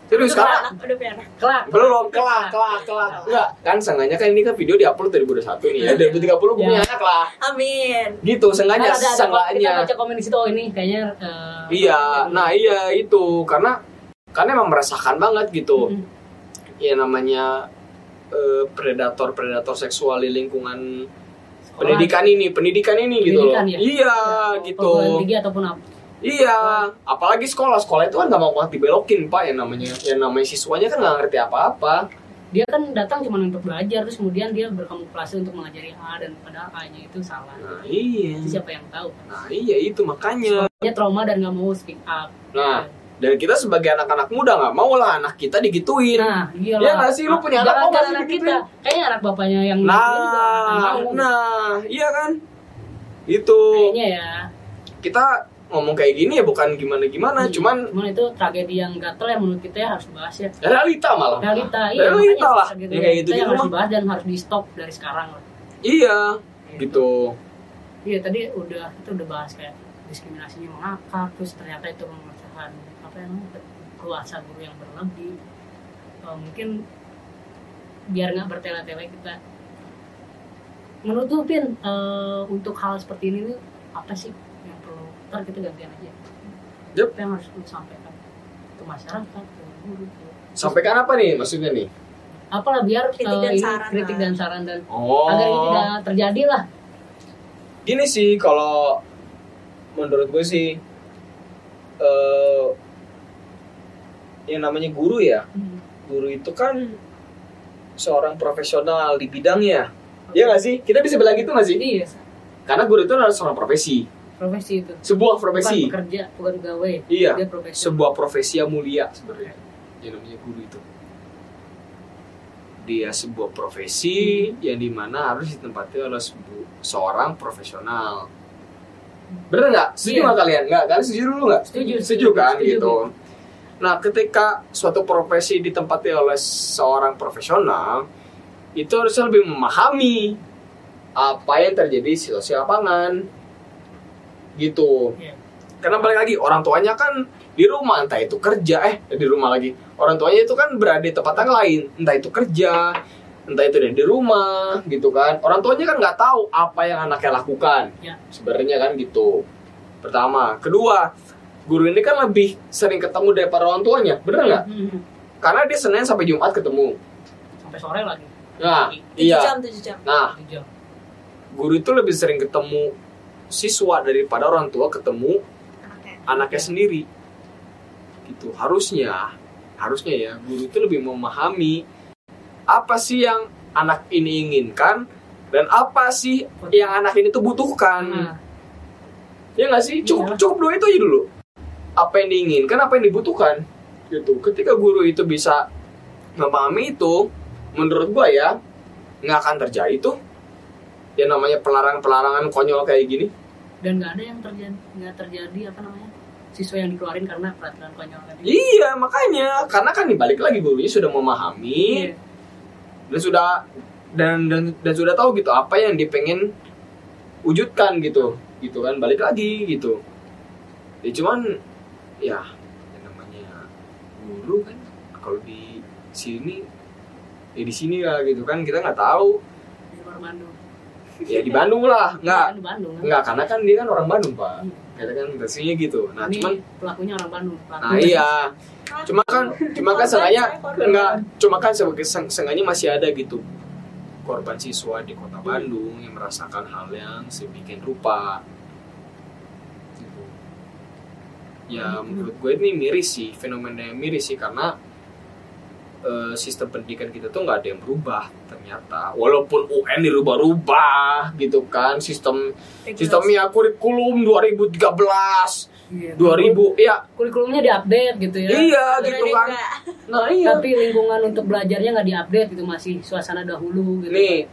Speaker 3: udah
Speaker 1: serius
Speaker 3: punya
Speaker 1: karena
Speaker 3: anak udah punya anak
Speaker 2: kelak
Speaker 1: belum kelak kelak kelak enggak kan seenggaknya kan ini kan video diupload 2021 nih ya 2030 gua punya anak lah
Speaker 3: amin
Speaker 1: gitu seenggaknya
Speaker 2: Ntar ada- ada-
Speaker 1: seenggaknya
Speaker 2: kita baca komen di situ oh ini kayaknya eh,
Speaker 1: Iya, nah iya itu karena karena emang merasakan banget gitu.
Speaker 2: Mm.
Speaker 1: Ya namanya eh, predator-predator seksual di lingkungan
Speaker 2: Sekolah,
Speaker 1: pendidikan ini, pendidikan ini gitu loh.
Speaker 2: Pendidikan ya?
Speaker 1: Iya,
Speaker 2: atau
Speaker 1: gitu.
Speaker 2: perguruan tinggi ataupun apa
Speaker 1: Iya, Ya apalagi sekolah, sekolah itu kan gak mau banget dibelokin pak yang namanya, yang namanya siswanya kan nggak ngerti apa-apa.
Speaker 2: dia kan datang cuma untuk belajar terus kemudian dia berkamuflase untuk mengajari A dan padahal A-nya itu salah.
Speaker 1: Nah iya.
Speaker 2: Itu siapa yang tahu?
Speaker 1: Nah iya itu makanya.
Speaker 2: Dia trauma dan nggak mau speak up.
Speaker 1: Nah dan kita sebagai anak-anak muda nggak mau lah anak kita digituin.
Speaker 2: Nah, gila.
Speaker 1: Ya nggak sih? Lu punya anak, kok masih
Speaker 2: anak
Speaker 1: digituin?
Speaker 2: kita. Kayaknya anak bapaknya yang gitu
Speaker 1: Nah,
Speaker 2: nah.
Speaker 1: nah, iya kan? Itu
Speaker 2: Kayaknya ya.
Speaker 1: kita ngomong kayak gini ya bukan gimana-gimana,
Speaker 2: Hmm.
Speaker 1: Nah, cuman
Speaker 2: Cuman itu tragedi yang gatel yang menurut kita ya harus dibahas ya.
Speaker 1: realita malah.
Speaker 2: Realita, iya.
Speaker 1: realita
Speaker 2: makanya
Speaker 1: lah.
Speaker 2: tragedi
Speaker 1: Yang kayak
Speaker 2: realita
Speaker 1: gitu
Speaker 2: yang
Speaker 1: gitu
Speaker 2: harus
Speaker 1: mah.
Speaker 2: dibahas dan harus di stop dari sekarang lah.
Speaker 1: Iya, gitu.
Speaker 2: Iya tadi udah kita udah bahas kayak diskriminasinya mengakar terus ternyata itu memecahan apa yang kuasa guru yang berlebih Eh, mungkin biar nggak bertele-tele kita menurut lu Pin eh, untuk hal seperti ini nih, apa sih yang perlu ntar kita gantian aja
Speaker 1: Yep.
Speaker 2: apa yang harus lu sampaikan ke masyarakat ke guru ke
Speaker 1: Sampaikan apa nih maksudnya nih?
Speaker 2: apalah biar
Speaker 3: Kritik
Speaker 2: eh,
Speaker 3: dan
Speaker 2: ini
Speaker 3: saran,
Speaker 2: kritik
Speaker 3: lah.
Speaker 2: dan saran dan
Speaker 1: Oh.
Speaker 2: agar ini tidak terjadi lah
Speaker 1: gini sih kalau menurut gue sih eh yang namanya guru ya
Speaker 3: Hmm.
Speaker 1: guru itu kan seorang profesional di bidangnya ya nggak sih kita bisa bilang gitu nggak sih
Speaker 2: jadi ya
Speaker 1: karena guru itu adalah seorang profesi
Speaker 2: profesi itu
Speaker 1: sebuah
Speaker 2: bukan
Speaker 1: profesi
Speaker 2: pekerja bukan gawe
Speaker 1: iya
Speaker 2: dia profesi
Speaker 1: sebuah profesi yang mulia sebenarnya yang namanya guru itu dia sebuah profesi yang dimana harus ditempati oleh sebu- seorang profesional bener nggak setuju
Speaker 2: Iya.
Speaker 1: nggak kalian nggak kalian setuju dulu nggak
Speaker 2: Setuju,
Speaker 1: setuju
Speaker 2: setuju,
Speaker 1: kan
Speaker 2: setuju.
Speaker 1: gitu nah ketika suatu profesi ditempati oleh seorang profesional itu harusnya lebih memahami apa yang terjadi di situasi lapangan gitu
Speaker 2: Iya.
Speaker 1: karena balik lagi orang tuanya kan di rumah entah itu kerja eh di rumah lagi orang tuanya itu kan berada di tempat yang lain entah itu kerja entah itu dia di rumah gitu kan orang tuanya kan nggak tahu apa yang anaknya lakukan
Speaker 2: Ya.
Speaker 1: sebenarnya kan gitu pertama kedua guru ini kan lebih sering ketemu daripada orang tuanya bener nggak
Speaker 2: Hmm.
Speaker 1: karena dia senin sampai jumat ketemu
Speaker 2: sampai sore lagi
Speaker 1: nah
Speaker 3: tujuh
Speaker 1: iya
Speaker 3: jam tujuh jam
Speaker 1: nah
Speaker 2: Tujuh jam.
Speaker 1: guru itu lebih sering ketemu siswa daripada orang tua ketemu
Speaker 3: anaknya
Speaker 1: anaknya sendiri gitu harusnya harusnya ya guru itu lebih memahami apa sih yang anak ini inginkan dan apa sih yang anak ini tuh butuhkan
Speaker 2: Nah,
Speaker 1: ya nggak sih cukup
Speaker 2: Iya.
Speaker 1: cukup dua itu aja dulu apa yang diinginkan apa yang dibutuhkan gitu ketika guru itu bisa memahami itu menurut gua ya nggak akan terjadi tuh yang namanya pelarangan-pelarangan konyol kayak gini
Speaker 2: dan nggak ada yang terjadi nggak terjadi apa namanya siswa yang dikeluarin karena peraturan konyol tadi
Speaker 1: Iya makanya karena kan dibalik lagi gurunya sudah memahami
Speaker 2: Iya.
Speaker 1: dan sudah dan, dan dan sudah tahu gitu apa yang dipengen wujudkan gitu gitu kan balik lagi gitu ya cuman ya yang namanya guru kan kalau di sini ya di sini lah gitu kan kita nggak tahu
Speaker 2: di luar Bandung
Speaker 1: ya di Bandung lah nggak
Speaker 2: Di Bandung kan?
Speaker 1: nggak karena kan dia kan orang Bandung pak
Speaker 2: Iya.
Speaker 1: kita kan rasanya gitu nah
Speaker 2: ini
Speaker 1: cuman
Speaker 2: pelakunya orang Bandung pelaku
Speaker 1: nah iya cuma kan cuma kan sengaja
Speaker 3: Korban.
Speaker 1: enggak cuma kan se- se- sengaja masih ada gitu korban siswa di kota Bandung yang merasakan hal yang sedikit rupa Gitu. ya menurut gue ini miris sih fenomena yang miris sih karena eh, sistem pendidikan kita tuh nggak ada yang berubah ternyata walaupun UN dirubah-rubah gitu kan sistem sistemnya kurikulum 2013
Speaker 2: Iya.
Speaker 1: 2000 ya
Speaker 2: kurikulumnya diupdate gitu ya
Speaker 1: iya
Speaker 3: Regulasi.
Speaker 1: gitu kan
Speaker 3: Enggak.
Speaker 1: Nah iya.
Speaker 2: tapi lingkungan untuk belajarnya nggak diupdate gitu masih suasana dahulu gitu
Speaker 1: Nih,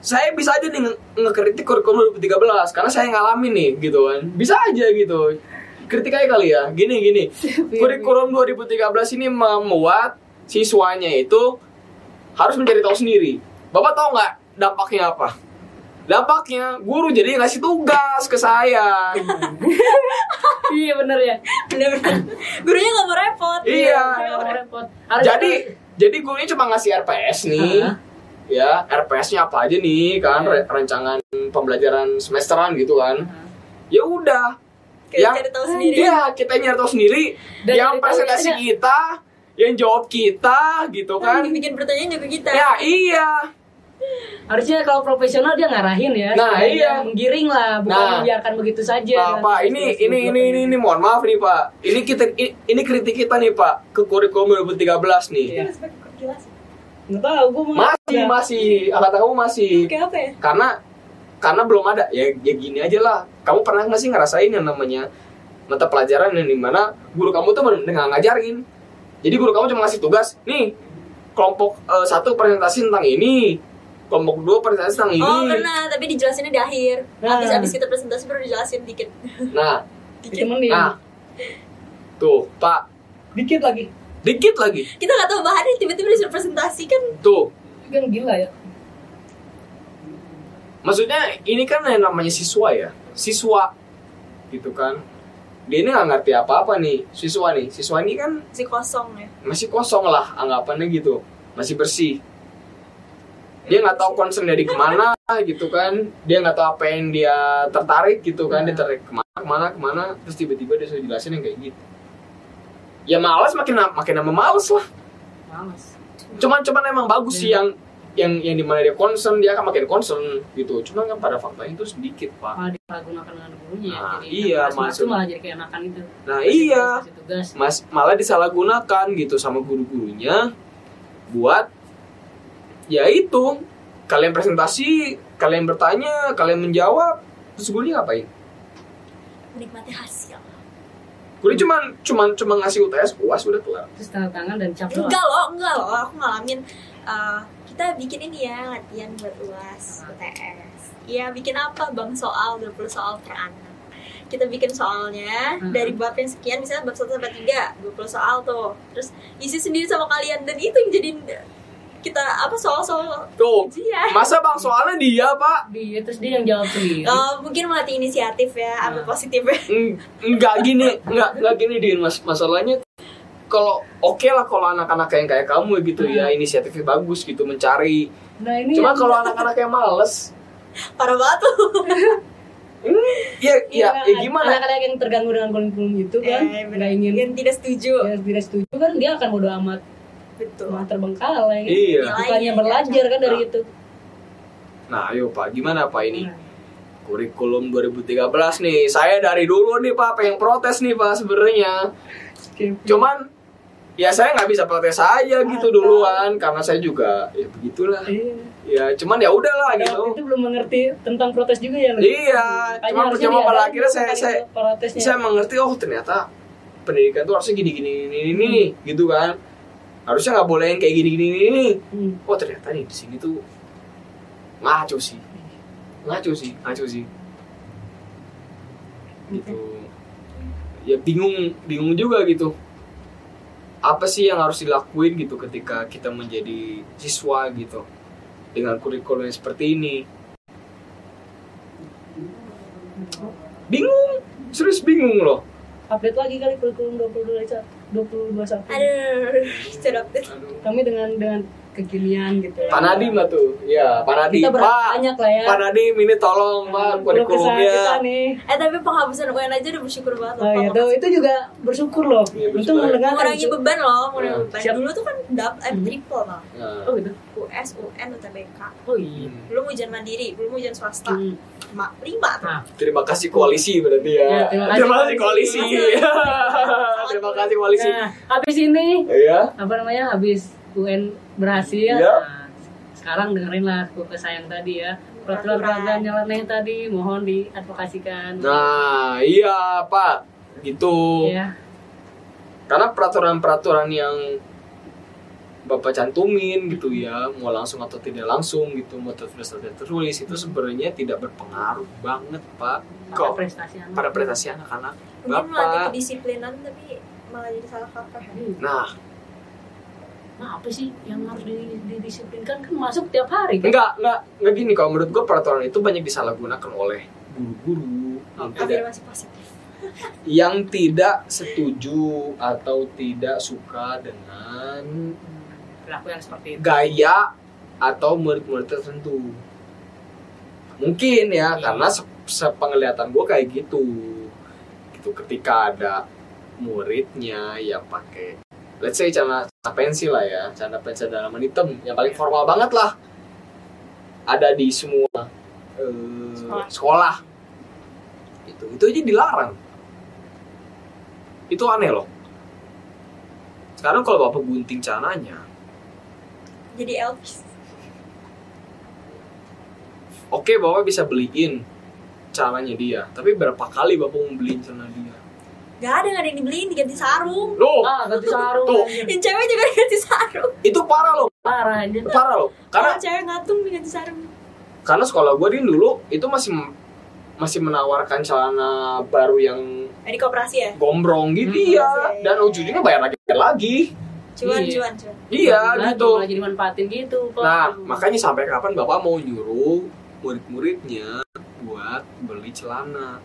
Speaker 1: saya bisa aja nih nge- ngekritik kurikulum 2013 karena saya ngalamin nih gitu kan. Bisa aja gitu. Kritik aja kali ya. Gini gini. Kurikulum 2013 ini memuat siswanya itu harus mencari tahu sendiri. Bapak tahu nggak dampaknya apa? Dampaknya guru jadi ngasih tugas ke saya.
Speaker 2: iya bener ya
Speaker 3: bener-bener gurunya nggak mau repot
Speaker 1: Iya.
Speaker 2: Kalau repot Harus-
Speaker 1: jadi jadi gurunya cuma ngasih RPS nih.
Speaker 2: Hah?
Speaker 1: Ya, RPS-nya apa aja nih kan
Speaker 2: Iya.
Speaker 1: re- rancangan pembelajaran semesteran gitu kan.
Speaker 2: Hah.
Speaker 1: ya udah
Speaker 3: Kayak
Speaker 1: yang
Speaker 3: cari tahu sendiri.
Speaker 1: iya kita nyari tahu sendiri
Speaker 2: Dan
Speaker 1: yang
Speaker 2: cari tahu
Speaker 1: presentasi
Speaker 2: kita-
Speaker 1: kita yang jawab kita gitu
Speaker 3: kan
Speaker 1: kan
Speaker 3: bikin pertanyaan juga gitu. kita
Speaker 1: ya iya
Speaker 2: harusnya kalau profesional dia ngarahin ya
Speaker 1: Nah,
Speaker 2: Dia
Speaker 1: iya.
Speaker 2: menggiring lah bukan
Speaker 1: Nah.
Speaker 2: membiarkan begitu saja
Speaker 1: nah, pak ini ini ini ini ini mohon maaf nih pak ini kita ini, ini kritik kita nih pak ke kurikulum 2013 nih
Speaker 2: Iya.
Speaker 3: Harus pakai kurikulasi.
Speaker 2: nggak tahu gue mau
Speaker 1: masih masih alat kamu masih
Speaker 3: Kayak apa ya?
Speaker 1: karena karena belum ada ya, ya gini aja lah kamu pernah nggak sih ngerasain yang namanya mata pelajaran yang dimana guru kamu tuh bener-bener nggak ngajarin jadi guru kamu cuma ngasih tugas nih kelompok eh, satu presentasi tentang ini kelompok dua presentasi tentang ini
Speaker 3: Oh pernah, tapi dijelasinnya di akhir.
Speaker 2: Nah.
Speaker 3: Habis habis kita presentasi baru dijelasin dikit.
Speaker 1: nah
Speaker 2: dikit
Speaker 3: Dikit.
Speaker 2: mending
Speaker 1: nah tuh pak
Speaker 2: dikit lagi
Speaker 1: dikit lagi
Speaker 3: Kita nggak tahu bahannya tiba-tiba disuruh presentasi kan.
Speaker 1: tuh
Speaker 2: Itu kan gila ya
Speaker 1: maksudnya ini kan yang namanya siswa ya siswa gitu kan dia ini nggak ngerti apa-apa nih siswa nih siswa ini kan
Speaker 3: masih kosong ya.
Speaker 1: masih kosong lah anggapannya gitu masih bersih dia nggak tahu concern dari kemana gitu kan dia nggak tahu apa yang dia tertarik gitu kan dia tertarik kemana kemana kemana terus tiba-tiba dia suruh jelasin yang kayak gitu ya malas makin makin nama malas lah
Speaker 2: males
Speaker 1: cuman cuman emang bagus sih yang yang yang dimana dia concern dia akan makin concern gitu cuman kan pada faktanya itu sedikit pak
Speaker 2: malah dipergunakan dengan gurunya ya.
Speaker 1: Nah,
Speaker 2: jadi
Speaker 1: iya,
Speaker 2: yang kelas
Speaker 1: maksud-
Speaker 2: satu malah jadi kayak enakan gitu
Speaker 1: nah iya
Speaker 2: Kasih tugas
Speaker 1: mas malah disalahgunakan gitu sama guru-gurunya buat ya itu kalian presentasi kalian bertanya kalian menjawab terus gurunya ngapain
Speaker 3: Menikmati hasil.
Speaker 1: gurunya cuman cuman cuma ngasih UTS puas udah kelar
Speaker 2: terus tanda tangan dan cap doang
Speaker 3: Enggak loh, enggak loh. Aku ngalamin. eh, kita bikin ini ya latihan buat
Speaker 2: Ah.
Speaker 3: uas UTS. Iya bikin apa bang soal 20 soal per anak. Kita bikin soalnya
Speaker 2: Hmm.
Speaker 3: dari bab yang sekian misalnya bab 1 sampai 3, 20 soal tuh. Terus isi sendiri sama kalian dan itu yang jadi kita apa soal-soal
Speaker 1: tuh
Speaker 3: ujian.
Speaker 1: masa bang soalnya dia pak
Speaker 2: dia terus dia yang jawab sendiri
Speaker 1: Nah,
Speaker 3: Eh, mungkin melatih inisiatif ya, ambil
Speaker 2: Hmm.
Speaker 3: positifnya.
Speaker 1: Eng- nggak gini nggak nggak gini din mas masalahnya kalau oke lah kalau anak-anak yang kayak kamu gitu ya
Speaker 2: Hmm.
Speaker 1: inisiatifnya bagus gitu mencari
Speaker 2: nah ini
Speaker 1: cuma
Speaker 2: yang-
Speaker 1: kalau anak-anak yang males
Speaker 3: Parah banget tuh.
Speaker 1: ya ya,
Speaker 2: Hmm. Iya,
Speaker 1: ya gimana
Speaker 2: anak-anak yang terganggu dengan kurikulum itu kan
Speaker 3: Eh,
Speaker 2: nggak ingin
Speaker 3: yang tidak setuju.
Speaker 2: ya, tidak setuju kan dia akan bodo amat
Speaker 3: Betul.
Speaker 2: malah terbengkalai
Speaker 1: iya
Speaker 2: bukannya belajar kan
Speaker 3: Iya.
Speaker 2: dari itu
Speaker 1: Nah, ayo Pak, gimana Pak ini? Kurikulum 2013 nih. Saya dari dulu nih Pak pengen protes nih Pak sebenarnya. Cuman ya saya nggak bisa protes aja gitu duluan karena saya juga ya begitulah.
Speaker 2: Iya.
Speaker 1: Ya, cuman ya udahlah
Speaker 2: Pada waktu
Speaker 1: gitu.
Speaker 2: itu belum mengerti tentang protes juga ya lu?
Speaker 1: Iya,
Speaker 2: Makanya
Speaker 1: cuma
Speaker 2: harusnya
Speaker 1: percuma pada
Speaker 2: diadain
Speaker 1: akhirnya saya
Speaker 2: tentang
Speaker 1: saya
Speaker 2: itu, protesnya.
Speaker 1: saya mengerti oh ternyata pendidikan tuh harusnya gini-gini ini ini nih, gitu kan. Harusnya nggak boleh yang kayak gini-gini ini. ini.
Speaker 2: Hmm.
Speaker 1: Oh ternyata nih di sini tuh ngaco sih, ngaco sih, ngaco sih. Gitu. Ya bingung, bingung juga gitu. Apa sih yang harus dilakuin gitu ketika kita menjadi siswa gitu dengan kurikulum yang seperti ini? Bingung, serius bingung loh.
Speaker 2: Update lagi kali kurikulum 2021.
Speaker 3: Aduh, sedap deh.
Speaker 2: Kami dengan dengan kekinian gitu. ya.
Speaker 1: Pak Nadiem lah tuh, ya Pak Nadiem.
Speaker 2: Kita berharap
Speaker 1: Pak,
Speaker 2: banyak lah ya.
Speaker 1: Pak Nadiem ini tolong Pak
Speaker 2: Keluh kesah kita
Speaker 1: kurikulumnya.
Speaker 2: nih.
Speaker 3: Eh tapi penghapusan UN aja udah bersyukur banget
Speaker 2: Oh, iya,
Speaker 3: loh.
Speaker 2: tuh, itu juga bersyukur loh.
Speaker 1: Iya,
Speaker 2: Itu
Speaker 1: bersyukur.
Speaker 2: mendengarkan
Speaker 3: Mengurangi beban loh, mengurangi
Speaker 1: Iya.
Speaker 3: beban.
Speaker 2: Siap.
Speaker 3: Dulu tuh kan dap eh,
Speaker 2: Mhm.
Speaker 3: triple malah.
Speaker 1: Nah.
Speaker 2: Oh, gitu.
Speaker 3: US, UN, UTBK.
Speaker 2: Oh iya.
Speaker 1: Hmm.
Speaker 3: Belum ujian mandiri, belum ujian swasta.
Speaker 2: Hmm.
Speaker 3: Ma, lima tuh.
Speaker 2: Nah,
Speaker 1: Terima kasih koalisi berarti ya.
Speaker 2: Ya, terima kasih
Speaker 1: koalisi.
Speaker 3: koalisi.
Speaker 1: terima kasih koalisi.
Speaker 2: nah, habis ini
Speaker 1: Iya.
Speaker 2: apa namanya? Habis UN berhasil.
Speaker 1: Iya.
Speaker 2: Nah, sekarang dengerin lah keluh kesah yang tadi ya. Peraturan-peraturan nyeleneh tadi mohon diadvokasikan.
Speaker 1: Nah, iya, Pak. Gitu.
Speaker 2: Iya.
Speaker 1: Karena peraturan-peraturan yang Bapak cantumin gitu ya, mau langsung atau tidak langsung gitu, mau tertulis atau tidak tertulis itu sebenarnya tidak berpengaruh banget, Pak.
Speaker 2: pada
Speaker 1: Kok
Speaker 2: prestasi anak.
Speaker 1: pada prestasi anak-anak.
Speaker 3: Mungkin melatih
Speaker 1: Bapak.
Speaker 3: kedisiplinan tapi malah jadi salah kaprah. ya.
Speaker 2: Hmm.
Speaker 1: Nah,
Speaker 2: Nah, apa sih yang harus di- didisiplinkan kan masuk tiap hari kan?
Speaker 1: enggak, enggak, enggak gini kalau menurut gue peraturan itu banyak disalahgunakan oleh guru-guru gitu. yang
Speaker 2: Oh,
Speaker 1: tidak
Speaker 3: Afirmasi positif.
Speaker 1: yang tidak setuju atau tidak suka dengan
Speaker 2: Hmm, Perilaku yang seperti itu.
Speaker 1: gaya atau murid-murid tertentu. Mungkin ya,
Speaker 2: Iya.
Speaker 1: karena se- sepenglihatan gue kayak gitu. Gitu ketika ada muridnya yang pakai let's say cana, cana pensi lah ya, cana pensi dalaman hitam yang paling formal banget lah. Ada di semua eh,
Speaker 3: Sekolah.
Speaker 1: sekolah. Gitu. Itu itu aja dilarang. Itu aneh loh. Sekarang kalau Bapak gunting cananya,
Speaker 3: jadi Elvis
Speaker 1: oke bapak bisa beliin caranya dia tapi berapa kali bapak mau beliin celana dia
Speaker 3: Gak ada, gak ada yang dibeliin, diganti sarung
Speaker 1: loh
Speaker 2: ah ganti sarung
Speaker 1: Tuh.
Speaker 2: anjir.
Speaker 3: Yang cewek juga diganti sarung
Speaker 1: itu parah loh
Speaker 2: parah aja
Speaker 1: parah loh
Speaker 3: Kalau
Speaker 1: karena
Speaker 3: cewek ngatung diganti sarung
Speaker 1: karena sekolah gue din dulu itu masih masih menawarkan celana baru yang
Speaker 3: Eh, Ini koperasi ya?
Speaker 1: gombrong gitu ya
Speaker 2: Hmm,
Speaker 3: iya, iya.
Speaker 1: dan ujungnya bayar lagi bayar lagi
Speaker 3: Cuan,
Speaker 2: Iya.
Speaker 3: cuan, cuan
Speaker 1: iya
Speaker 2: Lagi,
Speaker 1: gitu
Speaker 2: malah jadi manfaatin gitu Pak.
Speaker 1: Nah, makanya sampai kapan Bapak mau nyuruh murid-muridnya buat beli celana?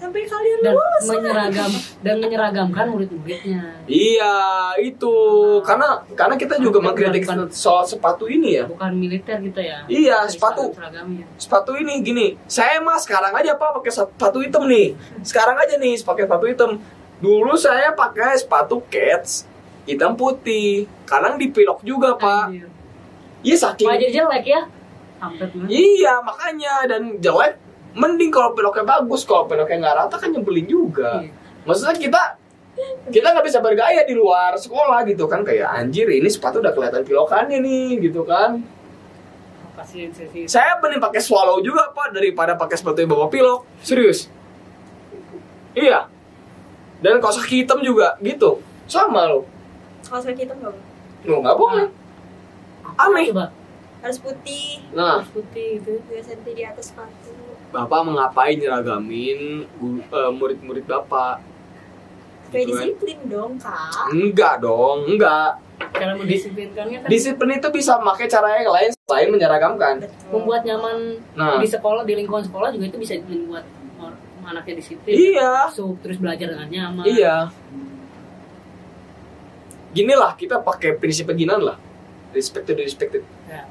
Speaker 3: Sampai kalian
Speaker 2: dan
Speaker 3: lulus
Speaker 2: menyeragam dan menyeragamkan murid-muridnya
Speaker 1: Iya, itu.
Speaker 2: Nah,
Speaker 1: Karena karena kita juga mengkritik soal sepatu ini ya.
Speaker 2: bukan militer gitu ya
Speaker 1: Iya,
Speaker 2: Dari
Speaker 1: sepatu.
Speaker 2: seragamnya
Speaker 1: Sepatu ini gini, saya mah sekarang aja Pak pakai sepatu hitam nih. Sekarang aja nih pakai sepatu hitam. Dulu saya pakai sepatu cats hitam putih. Kadang dipilok juga, Pak.
Speaker 2: Anjir.
Speaker 1: Iya,
Speaker 2: Wah,
Speaker 1: saking
Speaker 2: jadi jelek ya Kampret banget.
Speaker 1: Iya, makanya dan jelek mending kalau peloknya bagus, kalau peloknya nggak rata kan nyebelin juga.
Speaker 2: Iya.
Speaker 1: maksudnya kita kita nggak bisa bergaya di luar sekolah gitu kan kayak anjir ini sepatu udah kelihatan pilokannya nih gitu kan
Speaker 2: Kasih sesi
Speaker 1: saya mending pakai swallow juga pak daripada pakai sepatu yang bawa pilok serius iya dan kaos kaki hitam juga gitu sama lo
Speaker 3: Kalau saya hitam gak boleh
Speaker 1: lo nggak boleh Aneh.
Speaker 2: Coba,
Speaker 3: Harus putih
Speaker 1: nah
Speaker 2: kaos putih gitu
Speaker 3: 2 cm di atas sepatu
Speaker 1: bapak mengapain nyeragamin gu- eh, murid-murid bapak
Speaker 3: Kayak
Speaker 1: Gitu kan.
Speaker 3: disiplin dong, Kak
Speaker 1: enggak dong enggak
Speaker 2: cara mendisiplinkannya kan
Speaker 1: disiplin itu bisa memakai cara yang lain selain menyeragamkan
Speaker 3: Betul
Speaker 2: membuat nyaman
Speaker 1: nah
Speaker 2: di sekolah di lingkungan sekolah juga itu bisa membuat or- anaknya disiplin
Speaker 1: iya
Speaker 2: masuk terus belajar dengan nyaman
Speaker 1: Iya. Gini lah kita pakai prinsip peginan lah. Respected respected.
Speaker 2: Ya,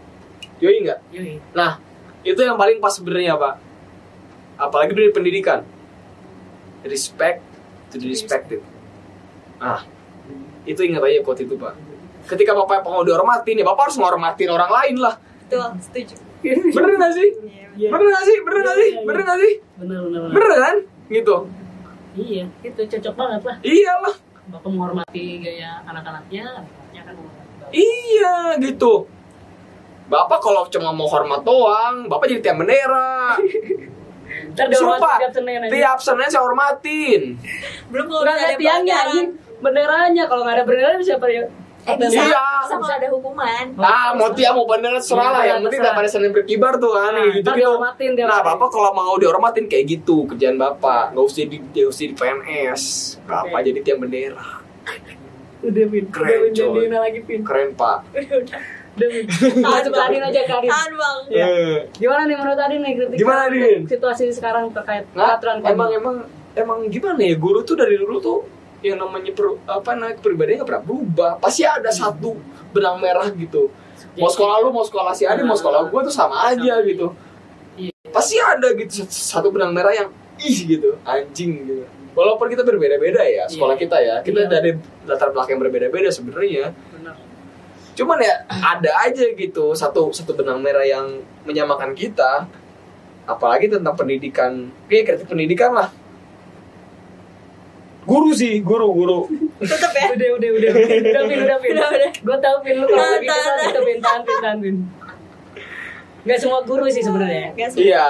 Speaker 1: Yoi enggak?
Speaker 2: yoi.
Speaker 1: Nah, itu yang paling pas sebenarnya, Pak. Apalagi dari pendidikan. Respect to the respected. Nah, itu ingat aja quote itu, Pak. Ketika Bapak mau dihormatin, ya Bapak harus menghormatin orang lain lah.
Speaker 3: Betul, setuju
Speaker 1: Bener gak sih?
Speaker 3: Iya, betul.
Speaker 1: Bener gak sih? Bener gak
Speaker 2: Iya,
Speaker 1: sih? Bener gak sih?
Speaker 2: benar benar benar.
Speaker 1: Bener kan? Gitu.
Speaker 2: iya itu cocok banget lah
Speaker 1: Iyalah.
Speaker 2: bapak menghormati gaya anak-anaknya anak-anaknya kan menghormati bapak.
Speaker 1: Iya gitu. Bapak kalau cuma mau hormat doang, bapak jadi tiang bendera.
Speaker 2: Ntar dia hormati
Speaker 1: Sumpah, Iya.
Speaker 2: tiap Senin aja.
Speaker 1: tiap Senin saya hormatin.
Speaker 3: Belum kalau
Speaker 2: Nggak
Speaker 3: udah
Speaker 2: ada tiangnya
Speaker 3: pelanggaran.
Speaker 2: anjing. Benderanya kalau nggak ada benderanya siapa ya?
Speaker 3: Eh bisa,
Speaker 1: Iya.
Speaker 3: bisa kalau ada hukuman
Speaker 1: Ah, mau tiang mau bendera serah lah. Yang
Speaker 2: Iya,
Speaker 1: penting
Speaker 2: terserah.
Speaker 1: tiap hari Senin berkibar tuh kan.
Speaker 2: Nah,
Speaker 1: gitu
Speaker 2: ntar
Speaker 1: gitu.
Speaker 2: dihormatin tiap
Speaker 1: Nah,
Speaker 2: hari.
Speaker 1: bapak kalau mau dihormatin kayak gitu kerjaan bapak. Nggak usah di nggak usah di PNS. Bapak
Speaker 2: Oke.
Speaker 1: jadi tiang bendera.
Speaker 2: Udah Min,
Speaker 1: Keren,
Speaker 2: udah Min
Speaker 1: coy.
Speaker 2: jadiin lagi Pin.
Speaker 1: Keren pak.
Speaker 3: Udah, udah
Speaker 2: Udah Min. Nah, coba Adin aja ke Adin.
Speaker 3: Tahan, Bang
Speaker 2: Iya.
Speaker 1: Eh,
Speaker 2: Gimana nih menurut Adin nih kritik?
Speaker 1: Gimana, Din?
Speaker 2: Situasi sekarang terkait
Speaker 1: Nah,
Speaker 2: peraturan
Speaker 1: emang
Speaker 2: kamu.
Speaker 1: emang emang gimana ya guru tuh dari dulu tuh yang namanya per, apa nah, kepribadiannya nggak pernah berubah pasti ada satu benang merah gitu mau sekolah lu mau sekolah si Adi mau sekolah gue tuh sama aja gitu
Speaker 2: Nah, Iya.
Speaker 1: pasti ada gitu sat- satu benang merah yang ih gitu anjing gitu walaupun kita berbeda-beda ya sekolah
Speaker 2: Iya.
Speaker 1: kita ya kita
Speaker 2: Iya.
Speaker 1: dari latar belakang yang berbeda-beda sebenarnya
Speaker 2: Benar.
Speaker 1: cuman ya ada aja gitu satu satu benang merah yang menyamakan kita apalagi tentang pendidikan kayak kritik pendidikan lah guru sih guru guru
Speaker 3: Tetep ya
Speaker 2: Udah, udah, udah. Udah Pin, udah Pin.
Speaker 3: Udah, udah.
Speaker 2: Gue tahu Pin lu kalau
Speaker 3: Tahan,
Speaker 2: lagi kesal
Speaker 3: tahan.
Speaker 2: gitu Pin, tahan Pin, tahan Pin. Nggak semua guru sih sebenarnya.
Speaker 3: Gak sih
Speaker 1: iya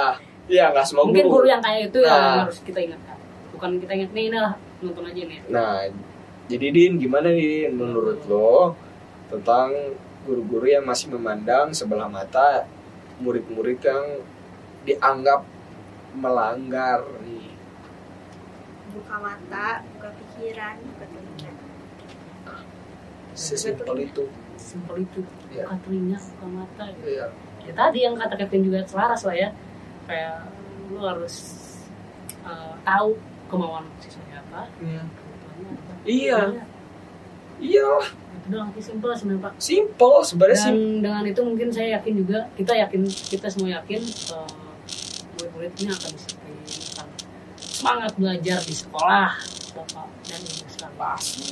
Speaker 1: iya nggak semua
Speaker 2: Mungkin
Speaker 1: guru
Speaker 2: guru yang kayak itu
Speaker 1: Nah.
Speaker 2: yang harus kita ingatkan. Bukan kita ingat nih, ini lah nonton aja nih.
Speaker 1: nah jadi din gimana din menurut lo tentang guru-guru yang masih memandang sebelah mata murid-murid yang dianggap melanggar nih
Speaker 3: Buka mata, buka pikiran, buka telinga
Speaker 1: sesimpel itu
Speaker 2: Simpel itu.
Speaker 1: Iya.
Speaker 2: Buka telinga, buka mata. Gitu.
Speaker 1: Iya.
Speaker 2: ya tadi yang kata Kevin juga selaras lah ya kayak lu harus eh, tahu kemauan siswanya apa kebutuhannya apa.
Speaker 1: Iya.
Speaker 2: Iya,
Speaker 1: Iya,
Speaker 2: itu doang sih simple sebenarnya pak
Speaker 1: simple
Speaker 2: dan
Speaker 1: sebenarnya simple.
Speaker 2: dengan itu mungkin saya yakin juga kita yakin kita semua yakin eh, murid-murid ini akan disiplin akan semangat belajar di sekolah bapak dan ibu sekalian
Speaker 1: Pasti.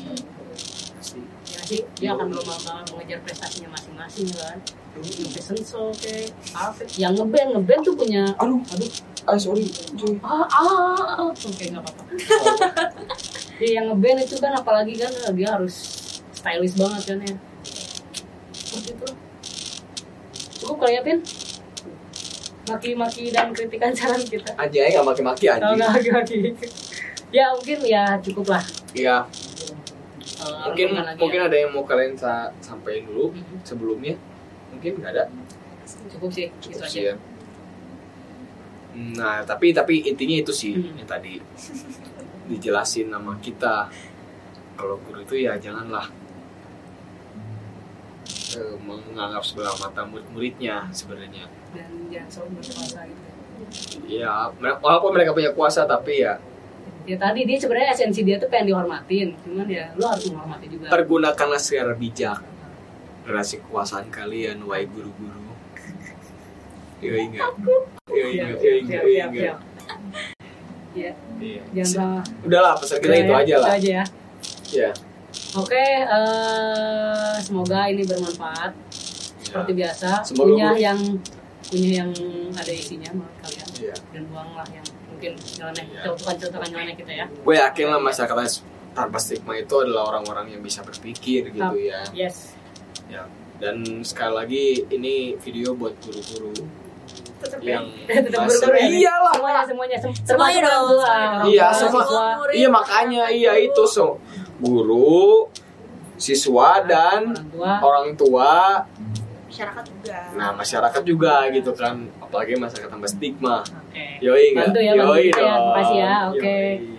Speaker 1: Pasti.
Speaker 2: ya sih dia akan lomba-lomba mengejar prestasinya masing-masing kan yang fashion show kayak apa yang ngeband ngeband tuh punya
Speaker 1: Aduh,
Speaker 2: aduh
Speaker 1: ah sorry. cuy.
Speaker 2: ah ah ah. oke nggak apa-apa ya, yang ngeband itu eh, kan apalagi kan dia harus stylish banget kan ya seperti itu cukup kali ya pin maki-maki dan kritikan saran kita
Speaker 1: Anjay nggak maki-maki anjing.
Speaker 2: kalau nggak maki-maki ya mungkin ya cukup lah
Speaker 1: Iya,
Speaker 2: Eh,
Speaker 1: mungkin
Speaker 2: renungan lagi
Speaker 1: mungkin
Speaker 2: ya. Mhm.
Speaker 1: ada yang mau kalian sa sampaikan dulu sebelumnya. Mungkin nggak ada.
Speaker 2: cukup sih
Speaker 1: Cukup
Speaker 2: itu
Speaker 1: sih
Speaker 2: Gitu aja
Speaker 1: ya. Nah, tapi tapi intinya itu sih
Speaker 2: Hmm.
Speaker 1: yang tadi dijelasin nama kita. Kalau guru itu ya janganlah eh, menganggap sebelah mata murid-muridnya sebenarnya.
Speaker 2: dan jangan selalu berkuasa gitu
Speaker 1: Ya, mere- walaupun mereka punya kuasa tapi ya
Speaker 2: ya tadi dia sebenarnya esensi dia tuh pengen dihormatin cuman ya lu harus menghormati juga
Speaker 1: pergunakanlah secara bijak relasi kekuasaan kalian wahai guru-guru. Iya, Yo ingat. Yo
Speaker 2: Siap,
Speaker 1: ingat, yo ingat,
Speaker 2: siap, siap,
Speaker 1: yo
Speaker 2: siap,
Speaker 1: ingat.
Speaker 2: siap. Iya,
Speaker 1: Iya.
Speaker 2: jangan
Speaker 1: Udahlah, pesan kita itu aja lah.
Speaker 2: Itu aja ya.
Speaker 1: Ya.
Speaker 2: Oke, eh, semoga ini bermanfaat seperti
Speaker 1: Iya.
Speaker 2: biasa.
Speaker 1: Ya. Semoga
Speaker 2: punya
Speaker 1: gue-
Speaker 2: yang punya yang ada isinya menurut kalian
Speaker 1: Iya.
Speaker 2: dan buanglah yang mungkin nyeleneh
Speaker 1: Iya.
Speaker 2: contohkan contohkan nyeleneh kita ya.
Speaker 1: gue yakin lah masyarakat tanpa stigma itu adalah orang-orang yang bisa berpikir gitu ya Iya.
Speaker 2: Yes.
Speaker 1: dan sekali lagi ini video buat guru-guru
Speaker 3: tetap ya.
Speaker 1: yang
Speaker 2: Tetap
Speaker 1: masih-
Speaker 2: buru-buru ya.
Speaker 1: iyalah
Speaker 2: Semuanya semuanya sem-
Speaker 3: Semuanya
Speaker 2: termasuk orang
Speaker 3: dong,
Speaker 2: tua,
Speaker 3: semuanya dong.
Speaker 2: orang
Speaker 1: Iya,
Speaker 2: tua,
Speaker 1: semua.
Speaker 2: siswa.
Speaker 3: Murid,
Speaker 1: iya makanya
Speaker 3: orang
Speaker 1: iya
Speaker 3: tua.
Speaker 1: itu so guru siswa dan
Speaker 2: orang tua.
Speaker 1: orang tua
Speaker 3: masyarakat juga
Speaker 1: nah masyarakat juga gitu kan apalagi masyarakat tanpa stigma
Speaker 2: Oke.
Speaker 1: yoi nggak
Speaker 2: Bantu ya, bantu
Speaker 1: yoi
Speaker 2: kita ya.
Speaker 1: dong.
Speaker 2: Makasih ya, oke.
Speaker 1: Yoi.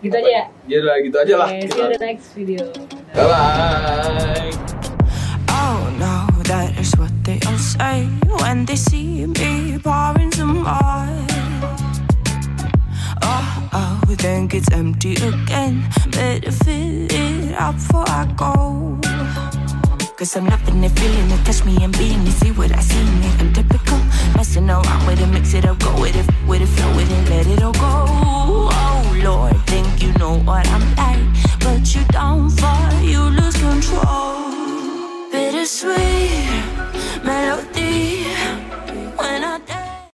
Speaker 2: Gitu aja ya.
Speaker 1: Gitu lah, gitu aja lah
Speaker 2: Oke, see
Speaker 1: kita
Speaker 2: you in the next video.
Speaker 1: bye bye
Speaker 4: Oh no, that is what they all say when they see me pouring some more. Oh, oh, think it's empty again. Better fill it up before I go. Cause I'm loving it, feeling it, touch me and being it. See what I see in it. I'm typical, messing around with it, mix it up, go with it, with it, flow with it, let it all go. Oh Lord, think you know what I'm like, but you don't fall, you lose control bittersweet. Man,